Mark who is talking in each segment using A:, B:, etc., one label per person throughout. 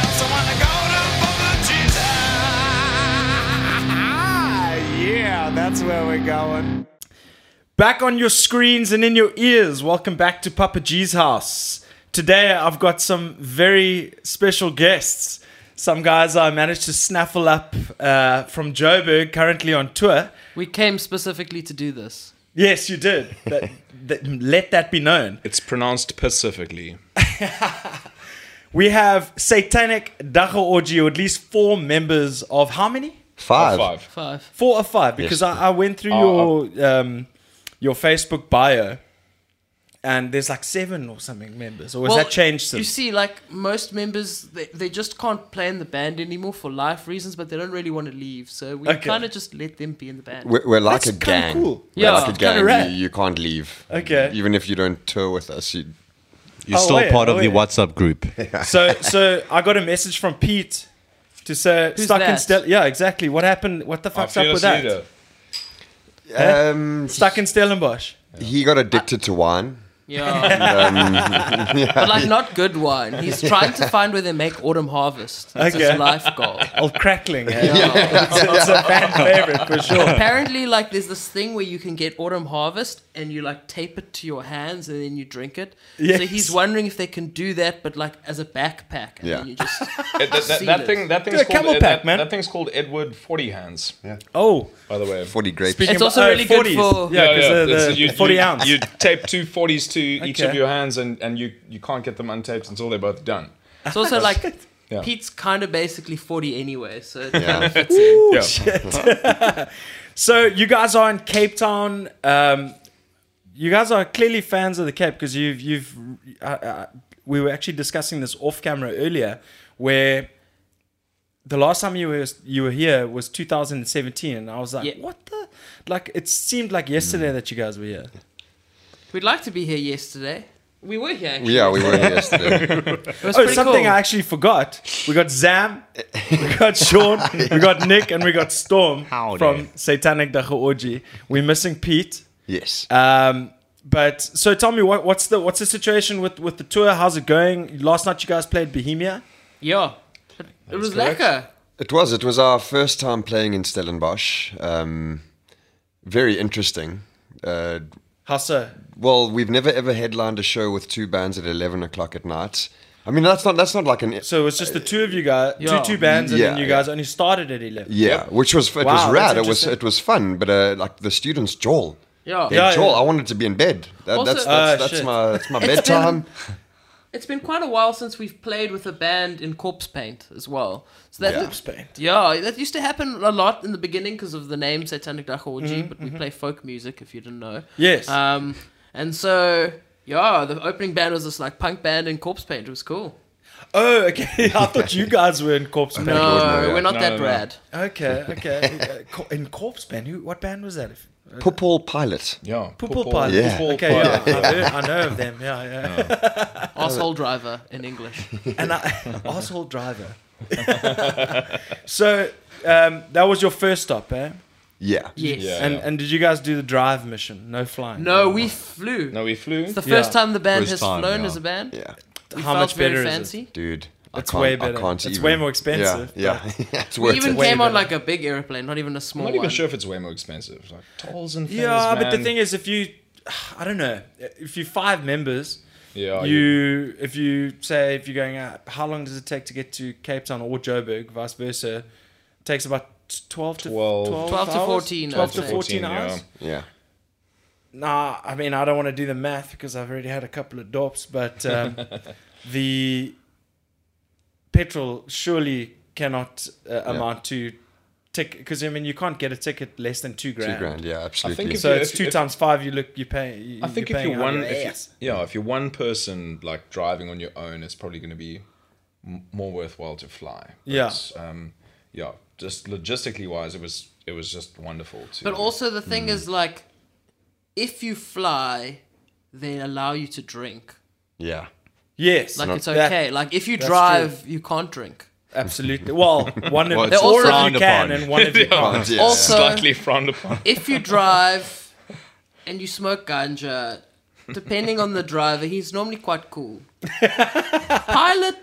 A: That's where we're going. Back on your screens and in your ears. Welcome back to Papa G's house. Today I've got some very special guests. Some guys I managed to snaffle up uh, from Joburg, currently on tour.
B: We came specifically to do this.
A: Yes, you did. That, that, let that be known.
C: It's pronounced Pacifically.
A: We have Satanic Dacha Orgy, or at least four members of how many?
C: Five.
D: Five.
C: Five.
B: Five.
A: Four or five? Because I, I went through your um, your Facebook bio, and there's like seven or something members, or has that changed
B: You
A: since?
B: see, like most members, they, they just can't play in the band anymore for life reasons, but they don't really want to leave. So we
A: Okay.
B: kind of just let them be in the band.
D: We're, we're like
A: That's
D: a
A: kinda
D: gang.
A: cool.
D: We're
B: Yeah.
D: like a
B: It's
A: kinda
D: gang.
A: rad.
D: You, you can't leave.
A: Okay.
D: Even if you don't tour with us, you,
E: You're
A: Oh,
E: still
A: wait,
E: part of the
A: wait.
E: WhatsApp group.
A: so so I got a message from Pete to say
B: Who's
A: stuck in
B: that?
A: Stella. Yeah, exactly. What happened? What the fuck's up with that?
D: um,
A: Stuck in Stellenbosch.
D: he got addicted to wine. Um,
B: Yeah. But like not good wine. He's trying to find where they make autumn harvest. That's
A: Okay.
B: his life goal.
A: Old crackling. eh? It's, a- it's a fan favorite for sure.
B: Apparently, like there's this thing where you can get autumn harvest and you like tape it to your hands and then you drink it. So
A: Yes.
B: he's wondering if they can do that, but like as a backpack. And
D: Yeah.
B: then you just
C: That, that- that-
B: Seal
C: that
B: it.
C: thing, that thing's
A: a
C: called
A: camel
C: Ed-
A: pack,
C: that,
A: man.
C: that thing's called Edward Forty Hands.
A: Oh,
C: By the way,
D: Forty grapes.
A: speaking
B: It's also
A: oh,
B: really good
A: 40s.
B: for-
A: yeah, because
C: it's-
A: the, forty
C: you,
A: ounce.
C: You tape two 40s to each of
A: Okay.
C: your hands, and, and you, you can't get them untaped until they're both done.
B: It's
A: Oh,
B: also like
C: Yeah.
B: Pete's kind of basically 40 anyway, so it
D: Yeah.
B: fits in.
C: yeah.
A: So you guys are in Cape Town. Um, you guys are clearly fans of the Cape because you've you've. Uh, uh, we were actually discussing this off camera earlier, where the last time you were you were here was 2017, and I was like,
B: Yeah.
A: what the? Like it seemed like yesterday that you guys were here.
B: We'd like to be here yesterday. We were here actually.
D: Yeah, we were here yesterday.
B: It was
A: Oh,
B: pretty
A: something
B: cool.
A: I actually forgot. We got Zam, we got Sean, we got Nick, and we got Storm
E: Howdy.
A: from Satanic Dachaoji. We're missing Pete.
D: yes.
A: Um, but so tell me what, what's the what's the situation with with the tour? How's it going? Last night you guys played Bohemia.
B: Yeah. It, it was lekker.
D: It was. It was our first time playing in Stellenbosch. Um, very interesting. Uh,
A: How so?
D: well, we've never ever headlined a show with two bands at eleven o'clock at night. I mean, that's not that's not like an
A: So it was just the two of you guys,
B: Yeah.
A: two two bands, and then
D: Yeah,
A: you guys only started at eleven.
D: Yeah, which was it
A: Wow,
D: was
A: that's
D: rad. It was
A: interesting.
D: it was fun, but uh, like the students Joel.
B: Yeah.
D: Yeah,
A: Yeah,
D: Joel.
A: yeah.
D: I wanted to be in bed. That,
B: Also-
D: that's that's,
A: Ah,
D: that's
A: shit.
D: my that's my bedtime.
B: It's been quite a while since we've played with a band in Corpse Paint as well. So that
D: Yeah.
A: It's bad.
B: Yeah, that used to happen a lot in the beginning because of the name Satanic Dachaorgy, but we play folk music if you didn't know.
A: Mm-hmm, Yes.
B: Um, and so, yeah, the opening band was this like punk band in Corpse Paint. It was cool.
A: Oh, okay. I thought you guys were in Corpse Band.
B: No,
D: ordinary, yeah.
B: we're not
C: No,
B: that
C: no, no.
B: rad.
A: Okay, okay. Uh, co- in Corpse Band, who? What band was that? If-
D: Popol Pilot.
C: yeah.
A: Purple Pilot.
D: Yeah.
C: Purple
A: Okay,
C: Pilot.
A: yeah, I, heard, I know of them. Yeah, yeah.
B: Asshole driver in English.
A: And I, asshole driver. so um, that was your first stop, eh?
D: Yeah.
B: Yes.
C: Yeah.
A: And and did you guys do the drive mission? No flying.
B: No, we flew.
C: No, we flew.
B: It's the
A: Yeah.
B: first time the band
E: First
B: has
E: time,
B: flown
E: yeah.
B: as a band.
D: Yeah.
B: We
A: How
B: felt
A: much
B: very
A: better is it?
B: fancy.
D: Dude.
A: It's
D: I can't,
A: way better.
D: I can't
A: It's
D: even-
A: way more expensive,
D: Yeah, yeah. it's
B: We
D: worth
B: even
D: it.
B: came
A: better.
B: on like a big airplane, not even a
C: I'm
B: small
C: not even
B: one.
C: sure if it's way more expensive. Like tolls and things.
A: Yeah, but the
C: man.
A: thing is, if you, I don't know, if you five members,
C: yeah,
A: you, if you say if you're going out, how long does it take to get to Cape Town or Joburg, vice versa? It takes about twelve to
C: 12.
B: 12 to
A: hours?
B: 14,
A: twelve
B: I'd
A: to
B: say.
A: fourteen hours.
C: yeah.
D: Yeah.
A: Nah, I mean I don't want to do the math because I've already had a couple of dops, but um, the petrol surely cannot uh, amount to tick because I mean you can't get a ticket less than two grand.
D: Two grand. Yeah, absolutely.
C: if
A: So
C: you-
A: it's two
C: if-
A: times five. You look, you pay. You,
C: I think
A: you're
C: if
A: paying
C: you're one,
A: out of
C: if
A: your
C: you,
A: ass.
C: yeah, if you're one person like driving on your own, it's probably going to be m- more worthwhile to fly.
A: Yeah.
C: um, yeah. Just logistically wise, it was it was just wonderful. To,
B: But also the thing is like, if you fly, they allow you to drink.
D: yeah.
A: yes,
B: Like it's
A: That-
B: okay. like if you
A: that's
B: drive, you can't drink.
A: absolutely. Well, one of
E: Well,
A: they're
E: it's
A: all of
E: frowned
A: you can
E: upon.
A: and one of you
D: Oh,
A: can't.
D: yeah.
B: Also,
C: slightly frowned upon.
B: if you drive and you smoke ganja, depending on the driver, he's normally quite cool. Pilot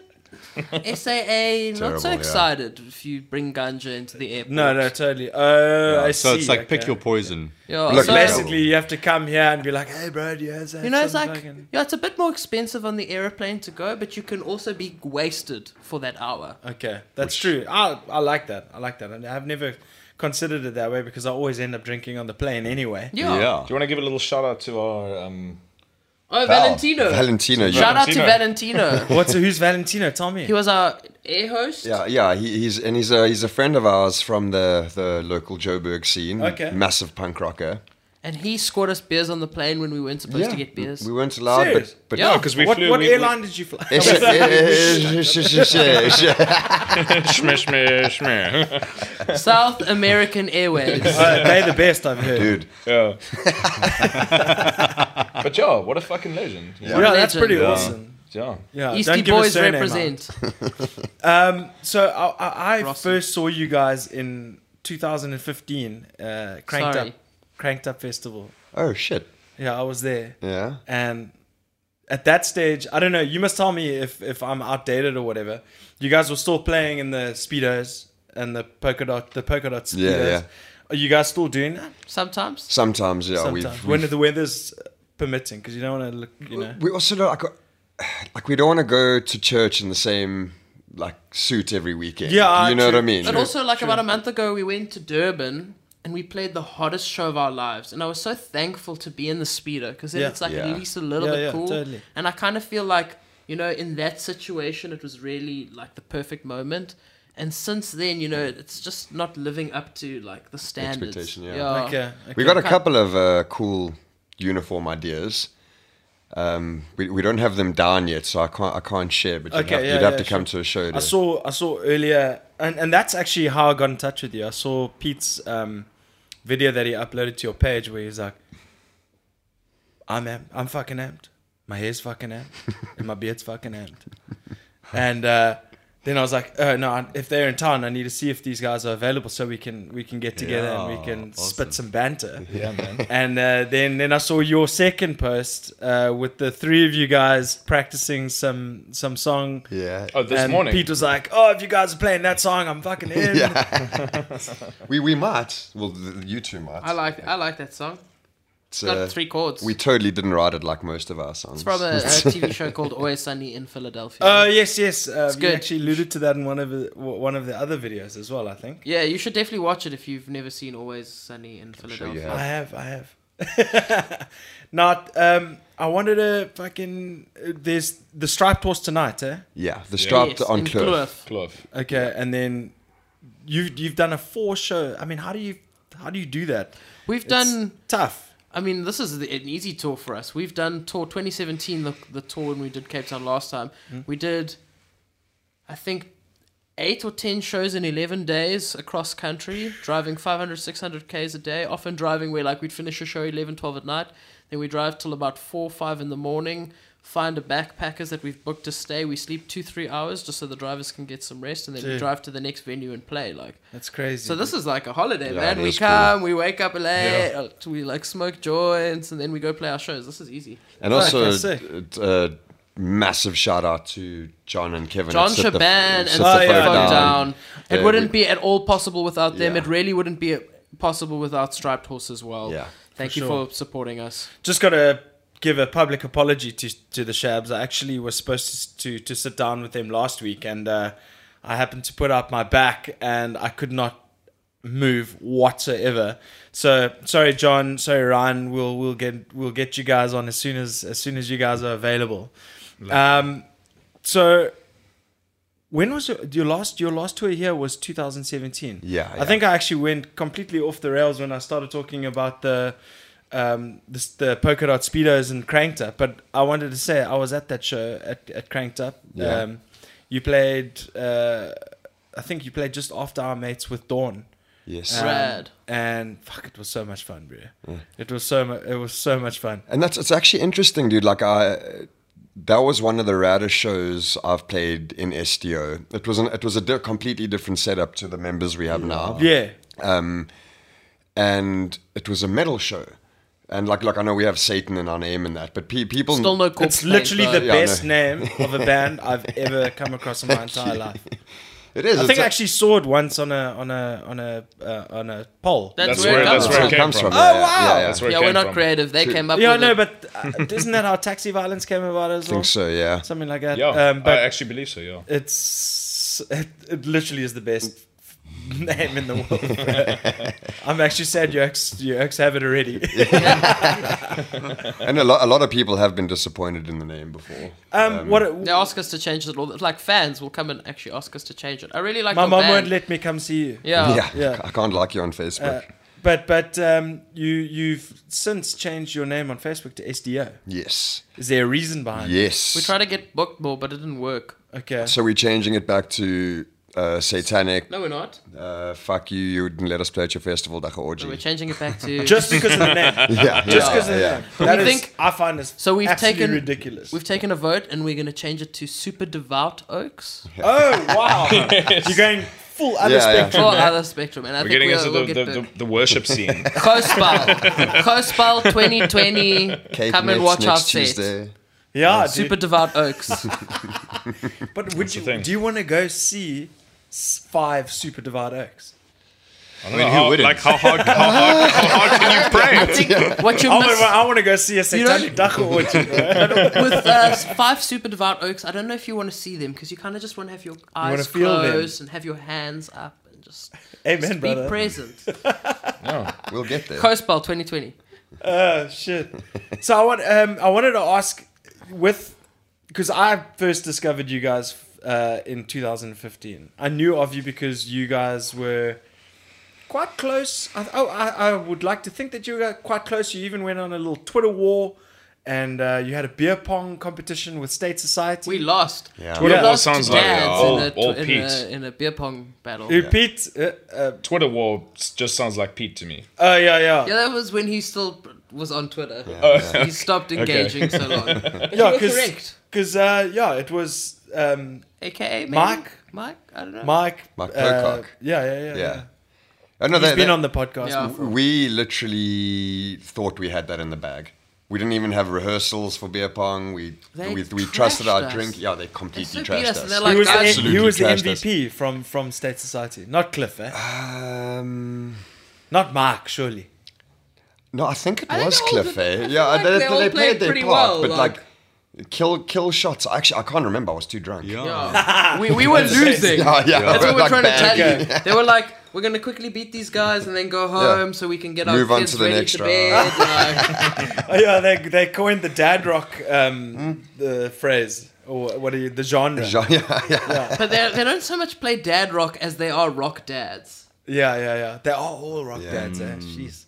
B: SAA not
D: Terrible,
B: so
D: yeah.
B: excited if you bring ganja into the airport.
A: No, no, totally. Oh, I
E: so
A: see.
E: it's like pick
A: okay.
E: your poison.
B: Yeah,
D: Look,
B: so-
D: basically-
A: Basically, you have to come here and be like, "Hey, bro, do you have
B: you know, it's like
A: fucking-"
B: yeah, it's a bit more expensive on the airplane to go, but you can also be wasted for that hour.
A: Okay, that's true. I I like that. I like that. And I've never considered it that way because I always end up drinking on the plane anyway.
B: Yeah.
E: yeah.
C: Do you want to give a little shout out to our um,
B: Oh,
C: Val.
B: Valentino.
D: Valentino, you-
B: Shout out to Valentino.
A: What's who's Valentino? Tell me.
B: he was our air host.
D: Yeah, yeah, he, he's and he's a he's a friend of ours from the the local Joburg scene.
A: Okay.
D: massive punk rocker.
B: And he scored us beers on the plane when we weren't supposed to get beers.
D: We weren't allowed,
A: Serious?
D: but but
B: Yeah.
C: No, because we
A: what
C: flew.
A: what
C: we,
A: airline did you fly?
D: It's- it's- it's- it's- it's- it's-
C: We, shmeh, shmeh, shmeh.
B: South American Airways.
A: Uh, they're the best I've heard.
D: Dude,
C: Yeah. but yeah, what a fucking legend.
A: yeah, that's pretty
B: Legend.
A: awesome.
C: Yeah.
A: Yeah,
B: Eastie
A: Uh, don't give a
B: boys
A: surname out.
B: represent.
A: Um, so I, I, I
B: Rossi.
A: first saw you guys in 2015, uh, cranked
B: Sorry.
A: up, cranked up festival.
D: oh shit,
A: Yeah, I was there,
D: yeah.
A: and at that stage, I don't know. You must tell me if if I'm outdated or whatever. You guys were still playing in the speedos and the polka dot, the polka dot speedos.
D: Yeah, yeah.
A: Are you guys still doing that?
B: Sometimes.
D: Sometimes, yeah,
A: Sometimes
D: Oh, we've,
A: when the weather's permitting, because you don't want to look, you know.
D: we also don't, like like we don't want to go to church in the same like suit every weekend.
A: Yeah,
D: you know
A: true,
D: what I mean.
B: But also, like about a month ago, we went to Durban and we played the hottest show of our lives. And I was so thankful to be in the speeder because then
A: Yeah.
B: it's like
D: Yeah.
B: at least a little
A: Yeah,
B: bit
A: yeah,
B: cool.
A: totally.
B: And I kind of feel like, you know, in that situation, it was really like the perfect moment. And since then, you know, it's just not living up to like the standards.
D: Expectation, yeah.
B: Oh.
A: Okay, okay.
D: we got a couple of uh, cool uniform ideas. Um, we, we don't have them down yet, so I can't I can't share. But you'd
A: Okay,
D: have,
A: yeah,
D: you'd have
A: yeah,
D: to come
A: sure.
D: to a show.
A: I
D: to-
A: saw I saw earlier, and, and that's actually how I got in touch with you. I saw Pete's um, video that he uploaded to your page where he's like, "I'm am- I'm fucking amped. My hair's fucking amped, and my beard's fucking amped." And uh, then I was like, "Oh no! I- If they're in town, I need to see if these guys are available so we can we can get together and we
E: Yeah,
A: can
E: awesome.
A: spit some banter."
C: Yeah, man.
A: And uh, then, then I saw your second post uh, with the three of you guys practicing some some song
D: Yeah,
C: Oh, this
A: and
C: morning.
A: Pete was like, "Oh, if you guys are playing that song, I'm fucking in."
D: we we might. Well, th- you two might.
B: I like I like that song.
D: It's,
B: It's got
D: uh,
B: three chords.
D: We totally didn't write it like most of our
B: it's
D: songs.
B: from a, a TV show called Always Sunny in Philadelphia.
A: Oh yes, yes. Uh, you
B: good.
A: actually alluded to that in one of the, w- one of the other videos as well. I think
B: yeah, you should definitely watch it if you've never seen Always Sunny in Philadelphia.
D: you
A: I have, I have. Not. Um, I wanted to fucking. uh, There's the striped horse tonight, eh?
D: yeah, the striped
B: Yes,
D: on
B: in
D: Clough.
B: Kloof.
C: Clough.
A: Okay, and then you've you've done a four show. I mean, how do you how do you do that?
B: We've
A: It's
B: done.
A: tough.
B: I mean, this is the, an easy tour for us. We've done tour 2017, the, the tour when we did Cape Town last time. We did, I think, eight or ten shows in 11 days across country, driving 500, 600 Ks a day, often driving where like we'd finish a show 11, 12 at night. Then we drive till about 4, 5 in the morning, find a backpackers that we've booked to stay. We sleep two, three hours just so the drivers can get some rest. And then we
A: Dude.
B: drive to the next venue and play. Like,
A: That's crazy.
B: so this is like a holiday,
D: Yeah,
B: man.
D: it
B: We
D: is cool.
B: come, we wake up late, uh, we like smoke joints, and then we go play our shows. This is easy.
D: And
A: Fuck,
D: also,
A: that's sick.
D: uh, uh, massive shout out to John and Kevin. at
B: John
D: Sit the-
B: Shaban and
D: Sit
B: Sit
D: the
B: the
A: Oh, yeah.
D: Phone
B: Phone Down. It
D: Yeah,
B: wouldn't
D: we-
B: be at all possible without them.
D: Yeah.
B: It really wouldn't be uh, possible without Striped Horse as well.
D: Yeah.
B: Thank
A: For
B: you
A: sure.
B: for supporting us.
A: just gotta give a public apology to to the Shabs. I actually was supposed to to sit down with them last week, and uh, I happened to put out my back, and I could not move whatsoever. So sorry, John. Sorry, Ryan. We'll we'll get we'll get you guys on as soon as as soon as you guys are available. Um, so. When was your, your last your last tour here was 2017?
D: Yeah,
A: I
D: yeah.
A: think I actually went completely off the rails when I started talking about the um, this, the polka dot speedos and cranked up. But I wanted to say I was at that show at, at cranked up.
D: Yeah.
A: Um, you played, uh, I think you played just after our mates with Dawn.
D: Yes.
A: Um,
B: Rad.
A: and fuck, it was so much fun,
D: Mm.
A: bro. It was so mu- it was so much fun.
D: And that's it's actually interesting, dude. Like I, that was one of the raddest shows I've played in SDO. It was an, it was a di- completely different setup to the Oh. members we have now.
A: Yeah,
D: and it was a metal show. And like, like I know we have Satan in our name and that, but pe- people
B: Still no corpse
A: It's literally the
B: paint,
D: Yeah, I
A: best name of a band I've ever come across in my entire life.
D: It is.
A: I
D: it's
A: think
D: a-
A: I actually saw it once on a on a on a uh, on a poll.
B: That's,
C: That's
B: where, it
C: where-
B: comes
C: that's where
B: from.
C: it came from.
D: Yeah,
A: Oh, wow.
D: yeah, Yeah, yeah.
C: That's where it
B: Yeah,
C: came
B: we're not
C: from.
B: creative. They came up
A: yeah, I
B: with
A: know,
B: it.
A: but uh, isn't that how taxi violence came about as
D: I
A: well?
D: think so. Yeah.
A: Something like that.
C: Yeah,
A: um,
C: I
A: but
C: actually believe so. Yeah.
A: it's it, it literally is the best name in the world. I'm actually sad you ex, you ex have it already. Um,
D: And a lot, a lot of people have been disappointed in the name before.
A: Um, what it,
B: They ask us to change it. All the, like fans will come and actually ask us to change it. I really like
A: my
B: your
A: mom
B: band.
A: won't let me come see you.
B: yeah.
D: yeah,
A: yeah.
D: I can't like you on Facebook.
A: Uh, but but um, you you've since changed your name on Facebook to SDO.
D: yes.
A: Is there a reason behind? it?
D: Yes.
B: We tried to get booked more, but it didn't work.
A: Okay.
D: so we're changing it back to uh, satanic.
B: No, we're not.
D: Uh, fuck you! You wouldn't let us play at your festival, Dacha
B: So we're
D: orgy.
B: changing it back to.
A: Just because of the name.
D: Yeah,
A: Just
D: yeah,
A: because of the
D: yeah.
A: name. That
B: We
A: is-
B: think-
A: I find this
B: So we've
A: absolutely
B: taken-
A: ridiculous.
B: We've taken a vote and we're going to change it to Super Devout Oaks
A: Oh wow! You're going full other
D: Yeah, yeah.
A: spectrum.
B: or other spectrum. And I
C: We're
B: think
C: getting
B: we'll,
C: into
B: we'll
C: the,
B: get
C: the,
B: booked.
C: the, the worship scene.
B: Cospal. Cospal 2020.
D: Cape
B: Come
D: Nets
B: and watch our
D: next
B: set.
D: Tuesday.
A: Yeah, dude.
B: Super Devout Oaks.
A: But would you
C: the thing.
A: do you want to go see s- five Super Divide Oaks?
C: I don't
D: mean,
C: know
D: who
C: how-
D: wouldn't?
C: Like how hard, how hard, how hard can you pray?
B: I think what you
C: Oh
A: I
B: miss
A: want, I want to go see a satanic duck or two, bro.
B: with uh, five Super Devout Oaks, I don't know if you want to see them because you kind of just want to have your
A: wanna
B: eyes
A: feel them.
B: closed and have your hands up and just, just
A: Amen,
B: be
A: brother.
B: present.
D: We'll get there.
B: Cospal 2020.
A: Oh shit! So I want um I wanted to ask with because I first discovered you guys uh, in 2015. I knew of you because you guys were quite close. I, oh, I, I would like to think that you were quite close. You even went on a little Twitter war, and uh, you had a beer pong competition with State Society.
B: We lost.
D: Yeah.
B: We
A: Yeah.
B: lost
C: Sounds
B: to
C: like uh,
B: dads
C: old-
B: in, a, tw-
C: old
B: in,
C: Pete.
B: a, in a beer pong battle.
A: Uh,
B: Yeah.
A: Pete, uh, uh,
C: Twitter war s- just sounds like Pete to me.
A: oh yeah, yeah, yeah,
B: that was when he still was on Twitter.
A: Oh,
D: Yeah.
B: He stopped engaging so long. But you were correct.
A: because uh, yeah, it was um,
B: AKA maybe?
A: Mike?
B: Mike? I don't know.
A: Mike,
D: Mike
A: uh,
D: Pocock.
A: yeah, yeah, yeah, yeah.
D: yeah. Oh, no,
A: He's
D: they-
A: been
D: they-
A: on the podcast.
B: Yeah.
A: before.
D: We literally thought we had that in the bag. We didn't even have rehearsals for beer pong. We
B: They
D: we, we
B: trashed
D: trusted our
B: us.
D: drink. Yeah, they
B: They
D: completely
B: still beat
D: trashed
B: us, and
D: us.
B: they're
A: He
B: like,
A: was,
B: guys,
A: the, he was the
D: Absolutely trashed us.
A: MVP from, from State Society, not Cliff, eh?
D: um,
A: not Mark, surely.
D: no, I think it
B: I think
D: was
B: they all
D: Cliff.
B: did- I
D: Eh?
B: feel
D: Yeah,
B: like
D: they,
B: they
D: they
B: all
D: played,
B: played
D: their
B: pretty
D: part,
B: well,
D: but
B: like-
D: like, kill kill shots. Actually, I can't remember. I was too drunk.
B: Yeah. we, we were losing.
D: Yeah, yeah,
B: That's what we're
D: like
B: trying to tell
D: bad.
B: you. They were like, we're going to quickly beat these guys and then go home so we can get
D: Move
B: our
D: on
B: kids
D: to the
B: ready
D: next
B: to
D: round.
B: bed. like,
A: Oh, yeah, they, they coined the dad rock um, the phrase, or what are you, the genre.
D: Yeah, yeah, yeah.
B: but they they don't so much play dad rock as they are rock dads.
A: Yeah, yeah, yeah. They are all rock dads, eh?
D: Mm.
A: Jeez.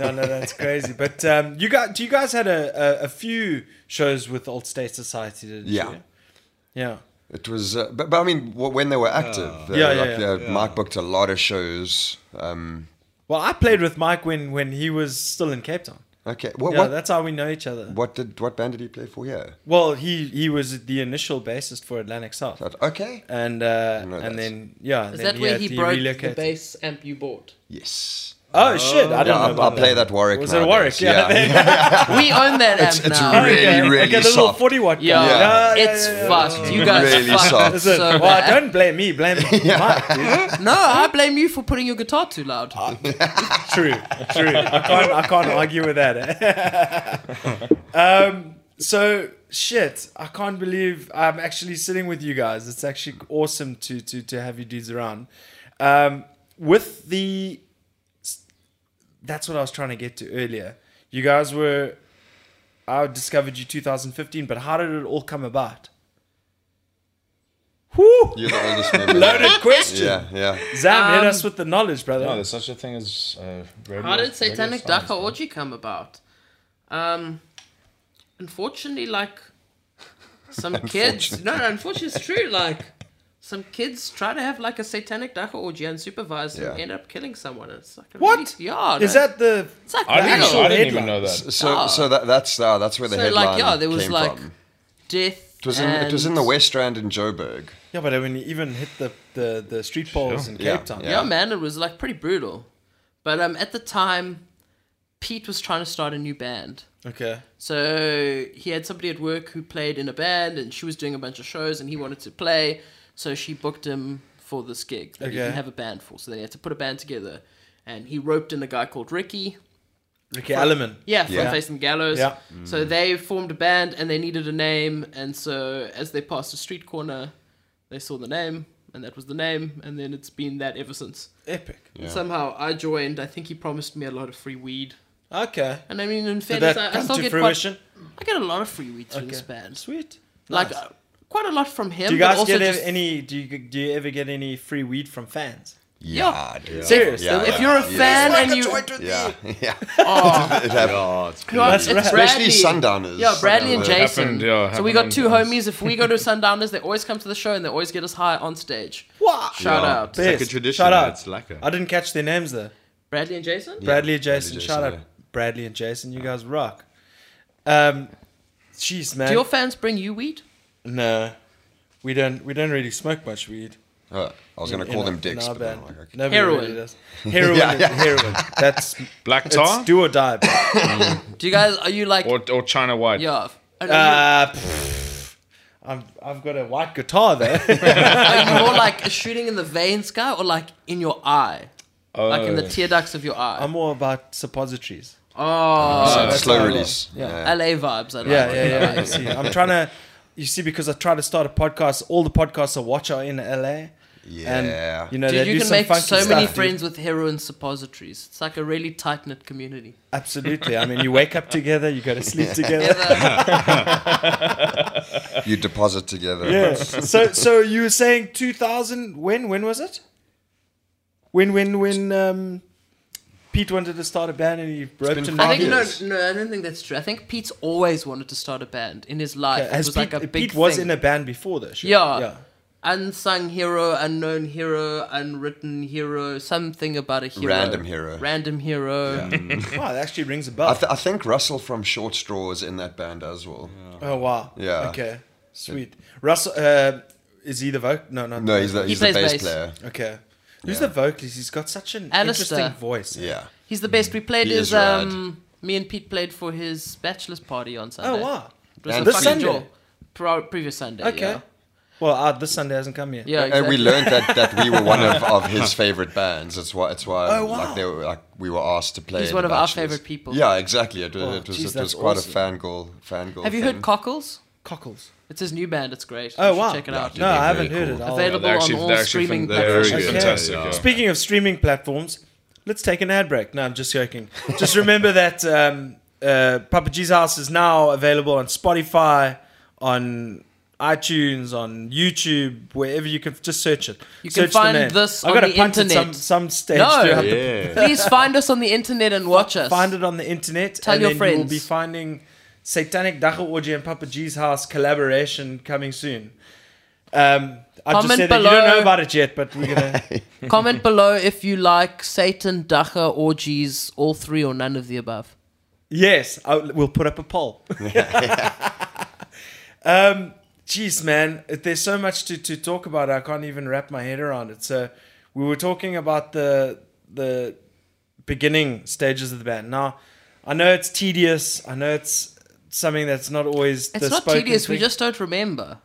A: No, no, that's crazy. But um, you got, you guys had a, a, a few shows with Old State Society, didn't
D: Yeah.
A: you? Yeah.
D: It was, uh, but, but I mean, w- when they were active, they
A: Yeah,
D: were
A: yeah,
D: like,
A: yeah.
D: uh, Mike booked a lot of shows. Um,
A: Well, I played with Mike when, when he was still in Cape Town.
D: okay, what
A: Yeah,
D: what,
A: that's how we know each other.
D: what did what band did he play for here?
A: Well, he, he was the initial bassist for Atlantic South.
D: That- okay,
A: and uh,
D: know
A: and
D: that.
A: then yeah,
B: Is
A: then
B: that where
A: had-
B: he, broke the
A: relocated.
B: bass amp you bought?
D: yes.
A: Oh shit! I
D: Yeah,
A: don't know.
D: I'll, I'll
A: about
D: play that Warwick.
A: Was it Warwick?
D: nowadays.
A: Yeah.
B: We own that amp
D: it's
B: now.
D: really,
A: okay.
D: really
A: okay, the little
D: soft.
A: forty watt. guy.
B: Yeah.
A: yeah, yeah,
B: it's
A: yeah, yeah.
B: fast. You guys
D: Really
B: fucked
D: soft.
A: Is it-
B: so
A: well,
B: bad.
A: don't blame me. Blame Mike. Dude.
B: No, I blame you for putting your guitar too loud.
A: True, true. I can't. I can't argue with that. eh? um. So shit, I can't believe I'm actually sitting with you guys. It's actually awesome to to to have you dudes around. Um. With the that's what I was trying to get to earlier. You guys were, I discovered you 2015, but how did it all come about? Whew!
D: You're the oldest member.
A: Loaded question.
D: Yeah, yeah.
A: Zam, hit
B: Um,
A: us with the knowledge, brother.
C: No, there's such a thing as. Uh, radio,
B: How did
C: radio
B: Satanic
C: silence,
B: Daka
C: man.
B: Orgy come about? Um, unfortunately, like some kids. No, no, unfortunately, it's true. Like some kids try to have like a Satanic Daka Orgy unsupervised and
D: Yeah.
B: end up killing someone. It's like a
A: What?
B: really- yeah,
A: Is
B: no,
A: that the.
B: It's like
C: I
B: real.
C: didn't,
A: actual
C: know, I didn't
A: headline.
C: even know that.
D: So
B: Ah.
D: so that, that's uh, that's where the
B: so
D: headline
B: like yeah, there was
D: came
B: like
D: from.
B: death.
D: It was in it was in the
B: and-
D: West Rand in Joburg.
A: Yeah, but when you even hit the, the, the street poles in Cape
D: Yeah,
A: Town.
B: Yeah, man, it was like pretty brutal. But um, at the time, Pete was trying to start a new band.
A: Okay.
B: So he had somebody at work who played in a band, and she was doing a bunch of shows, and he wanted to play, so she booked him for this gig that he
A: Okay.
B: didn't have a band for. So they had to put a band together, and he roped in a guy called Ricky.
A: Ricky Alleman.
B: Yeah, from
A: Yeah.
B: Face and Gallows.
A: Yeah.
B: So they formed a band and they needed a name, and so as they passed a street corner, they saw the name, and that was the name, and then it's been that ever since.
A: Epic.
D: Yeah.
B: Somehow I joined. I think he promised me a lot of free weed,
A: Okay.
B: and I mean, in
A: Did
B: fairness,
A: that
B: I, I
A: come
B: still
A: to
B: get
A: fruition?
B: quite. I get a lot of free weed through this
A: Okay.
B: band.
A: Sweet.
B: like
A: Nice.
B: uh, quite a lot from him.
A: do you
B: but
A: guys
B: also
A: get
B: just-
A: any? Do you do you ever get any free weed from fans?
B: Yeah.
D: dude.
A: Serious.
D: Yeah,
B: If
D: yeah,
B: you're a
D: yeah.
B: fan and you,
D: Yeah, yeah.
B: oh,
D: It happened.
C: Yeah, it's
B: no,
A: That's right.
B: it's Bradley.
D: Especially Sundowners.
B: Yeah, Bradley and
D: Sundowners.
C: Happened,
B: Jason.
C: yeah,
B: so we got
C: happened
B: two
C: on-
B: homies. If we go to Sundowners, they always come to the show and they always get us high on stage.
A: Wow.
B: Shout
C: Yeah.
B: out,
C: It's like a
A: Best.
C: tradition,
A: Shout out.
C: it's like a-
A: I didn't catch their names though.
B: Bradley and Jason.
A: Bradley, Jason.
D: Jason,
A: shout out
D: yeah.
A: Bradley and Jason. You guys rock. Um, jeez, man.
B: Do your fans bring you weed?
A: no, we don't. We don't really smoke much weed.
D: Uh, I was going to
A: in
D: call
A: our-
D: them dicks,
A: in our
D: but then I'm
A: band.
D: like, okay.
A: Nobody
B: Heroin.
A: really does. Heroin.
D: Yeah, yeah.
A: is Heroin. That's
C: Black
A: it's
C: tar
A: do or die. bro.
B: Do you guys? Are you like,
C: or, or China white.
B: yeah? Are you,
A: Uh, pff, I've I've got a white guitar there.
B: are you more like a shooting in the veins guy, or like in your eye, like in the
C: Oh.
B: tear ducts of your eye?
A: I'm more about suppositories.
B: oh,
D: So
A: that's how
D: slow
A: I
D: release.
A: roll. Yeah.
B: LA vibes. I like.
A: Yeah, yeah, yeah. you see, I'm trying to. You see, because I try to start a podcast, all the podcasts I watch are in LA.
D: Yeah.
A: And, you know,
B: Dude,
A: they do
B: you can
A: some
B: make
A: funky
B: so many
A: stuff, dude.
B: friends with heroin suppositories. It's like a really tight knit community.
A: Absolutely. I mean, you wake up together, you go to sleep together.
B: Ever-
D: You deposit together.
A: Yeah. So, so you were saying 2000? When? When was it? When? When? When? Um, Pete wanted to start a band and he broke
D: been
A: to
D: five
B: I think no,
D: Obvious.
B: no, I don't think that's true. I think Pete's always wanted to start a band in his life. it
A: As
B: was
A: Pete,
B: like a big
A: Pete was
B: thing.
A: in a band before this.
B: yeah, unsung hero, unknown hero, unwritten hero, something about a hero,
D: Random hero.
B: random hero.
A: Wow, that actually rings a
D: I,
A: bell.
D: th- I think Russell from Short Straw is in that band as well.
A: oh wow.
D: Yeah.
A: Okay. Sweet. Russell, uh, is he the vocal? No, no.
D: No, he's the,
B: He
D: he's the
B: plays
D: bass,
B: bass.
D: player.
A: Okay. Who's
D: Yeah.
A: the vocalist? He's got such an
B: Alistair.
A: interesting voice.
D: Yeah.
B: He's the best. We played
D: He
B: his.
D: is rad.
B: Um, me and Pete played for his bachelor's party on
A: Oh
B: Sunday.
A: wow.
B: It was
D: And
B: a
D: this
B: fucking
A: Sunday?
B: joy. Pro- previous Sunday.
A: Okay.
B: Yeah.
A: Well, uh, this Sunday hasn't come yet.
B: Yeah,
D: And we
B: exactly.
D: learned that, that we were one of, of his favorite bands. That's why. That's why.
A: Oh, wow.
D: Like they were like we were asked to play.
B: He's
D: in
B: one of our
D: Bachelors.
B: favourite people.
D: Yeah, exactly. It, was
A: Oh,
D: it was
A: geez,
D: it was
A: that's
D: quite
A: awesome.
D: a fangirl fangirl.
B: Have you
D: thing.
B: heard Cockles?
A: Cockles.
B: It's his new band. It's great. You
A: Oh
B: should
A: wow.
B: Check it out.
A: No,
D: Yeah,
A: I haven't
D: very
A: heard it.
D: cool.
A: I'll-
B: Available
C: They're
B: on
C: actually-
B: all
C: they're actually
B: streaming
C: fan- they're
B: platforms.
C: very
A: Okay.
C: Fantastic, yeah.
A: Speaking of streaming platforms, let's take an ad break. No, I'm just joking. Just remember that um, uh, Papa G's House is now available on Spotify, on iTunes, on YouTube, wherever you can just search it.
B: You can
A: search the
B: find
A: name.
B: this
A: I've
B: on
A: gotta
B: the
A: punt it
B: internet.
A: some, some stage
B: No.
A: throughout the
C: Yeah.
B: Please find us on the internet and watch us.
A: Find it on the internet.
B: Tell
A: and
B: your
A: then You'll
B: friends.
A: be finding Satanic Dacha Orgy and Papa G's House collaboration coming soon. Um, I just
B: Comment
A: said that you don't
B: below.
A: know about it yet, but we're gonna.
B: Comment below if you like Satan, Dacha, orgies, all three or none of the above.
A: yes, I, we'll put up a poll. um, geez, man, there's so much to, to talk about. I can't even wrap my head around it. So we were talking about the the beginning stages of the band. Now, I know it's tedious. I know it's something that's not always.
B: It's
A: the
B: not
A: spoken
B: tedious. We
A: thing.
B: just don't remember.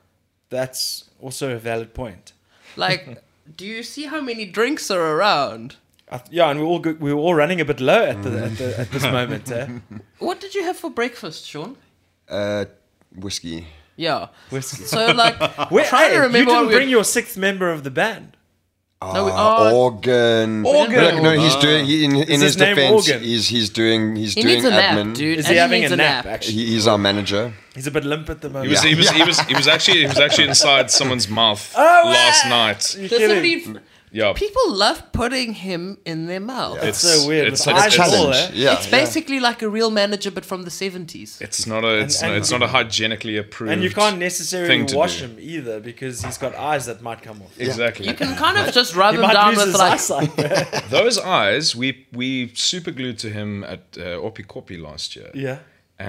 A: That's also a valid point.
B: Like, do you see how many drinks are around?
A: I th- yeah, and we're all go- we're all running a bit low at the at, the, at this moment. Eh?
B: What did you have for breakfast, Sean?
D: Uh, whiskey.
B: Yeah.
A: Whiskey.
B: So like,
A: Where,
B: trying
A: hey,
B: to remember
A: you
B: what
A: didn't
B: we
A: bring
B: were-
A: your sixth member of the band.
B: No, we-
D: Ah,
B: oh,
D: organ.
A: Organ.
D: Look, no, he's doing. He, in
A: his
D: in Oh. his,
A: name
D: defense,
A: Organ?
D: he's he's doing. He's
B: he
D: doing
B: needs a
D: admin.
B: nap, dude.
A: Is
B: and
A: he having
B: needs
A: a nap? Actually,
D: He, he's our manager.
A: he's a bit limp at the moment.
C: He was, he, was, he, was, he was actually he was actually inside someone's mouth
A: wow.
C: last night.
A: You
B: Does
A: kidding?
B: somebody-
C: Yeah,
B: people love putting him in their mouth.
A: It's so weird.
C: It's,
A: With
C: it's,
A: eyes
C: it's-
A: full,
D: Challenge.
A: eh?
D: Yeah.
B: it's basically like a real manager, but from the seventies.
C: it's not a it's,
A: And-
C: not, it's not a hygienically approved.
A: and you can't
C: thing
A: necessarily
C: to
A: wash
C: do.
A: him either because he's got eyes that might come off.
C: exactly.
B: You can kind of just rub
A: He
B: him
A: might
B: down
A: lose
B: with
A: his
B: like
A: eyesight.
C: Those eyes we we super glued to him at uh, Opi Kopi last year.
A: yeah.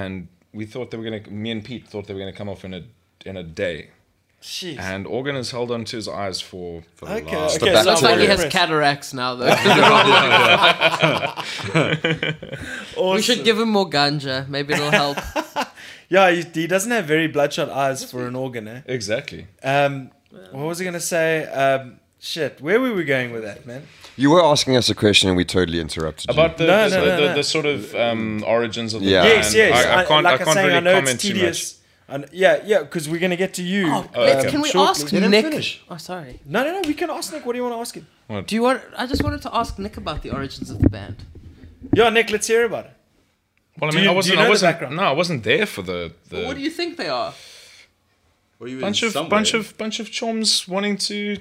C: and we thought they were gonna. Me and Pete thought they were gonna come off in a in a day.
A: Jeez.
C: and Organ has held onto his eyes for, for the
A: Okay,
C: last.
A: okay.
D: back
A: so
D: to
B: Looks
A: I'm
B: like he
A: not
B: has
A: impressed.
B: cataracts now, though. we
A: Awesome.
B: should give him more ganja. Maybe it'll help.
A: Yeah, he, he doesn't have very bloodshot eyes for an organ, eh?
C: Exactly.
A: Um, what was he gonna say? Um, shit, where were we going with that, man?
D: You were asking us a question and we totally interrupted you.
C: About the
A: No,
C: the,
A: no,
C: the,
A: no,
C: the,
A: no.
C: the sort of um, origins of the
D: Yeah.
C: band.
A: yes, yes.
C: I, I can't,
A: like
C: I can't
A: am saying,
C: really
A: I know
C: comment
A: it's
C: too much.
A: tedious. And yeah, yeah, because we're gonna get to you.
B: Oh,
A: um,
B: let's- can we
A: shortly.
B: ask
D: Let him
B: Nick?
D: finish.
B: Oh, sorry.
A: No, no, no. We can ask Nick. What do you want to ask him?
B: Do you want? I just wanted to ask Nick about the origins of the band.
A: Yeah, Nick. Let's hear about it.
C: Well, I
A: Do
C: mean,
A: you-
C: I
A: do
C: wasn't.
A: you know
C: I
A: the
C: wasn't.
A: background?
C: no, I wasn't there for the the
B: What do you think they are?
E: Were you
C: bunch
E: in
C: of
E: somewhere?
C: bunch of bunch of chums wanting to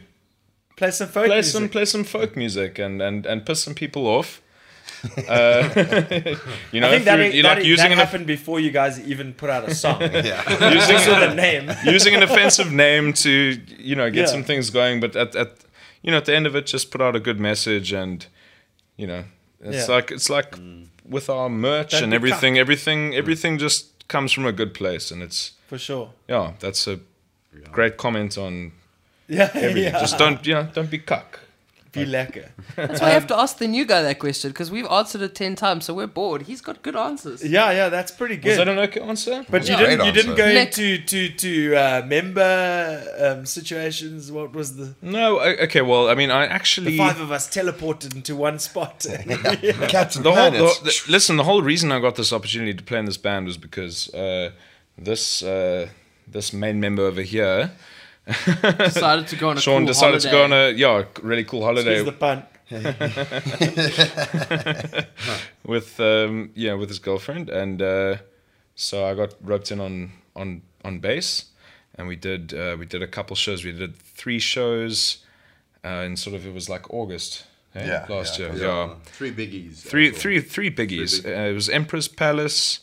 A: Play some folk
C: play
A: music.
C: some play some folk music and and and piss some people off. Uh, you know,
A: I think that,
C: if you're,
A: that,
C: you're like
A: that
C: using an
A: happened before you guys even put out a song. yeah.
C: using,
A: the name.
C: using an offensive name to you know get
A: Yeah.
C: some things going, but at, at you know at the end of it, just put out a good message and you know it's
A: Yeah.
C: like it's like with our merch
A: Don't
C: and
A: be
C: everything, everything, everything just comes from a good place, and it's
A: For sure.
C: yeah, that's a great comment on
A: Yeah.
C: everything.
A: yeah.
C: Just don't you know don't be cuck.
A: be lekker.
B: That's why I have to ask the new guy that question because we've answered it ten times, so we're bored. He's got good answers.
A: Yeah, yeah. That's pretty good.
C: Is that an okay answer?
A: But you
D: Yeah.
A: didn't.
D: Great
A: You didn't
D: answer.
A: go
B: Next.
A: into to to uh, member um, situations. What was the
C: no, o- okay. Well, I mean, I
A: the
C: actually
A: five of us teleported into one spot?
D: Captain
C: the whole
D: Planet.
C: the, the- listen the whole reason i got this opportunity to play in this band was because uh, this uh, this main member over here
B: Decided to go on a
C: sean
B: cool
C: decided to go on
B: holiday.
C: a yeah really cool holiday
A: Excuse the pun.
C: with um, yeah with his girlfriend and uh, so i got roped in on on on bass and we did uh, we did a couple shows we did three shows uh, in sort of it was like august eh,
D: Yeah,
C: last
D: yeah,
C: year yeah,
E: Three biggies.
C: Three,
E: That's all.
C: three, three biggies.
E: Three
C: Uh, it was Empress Palace.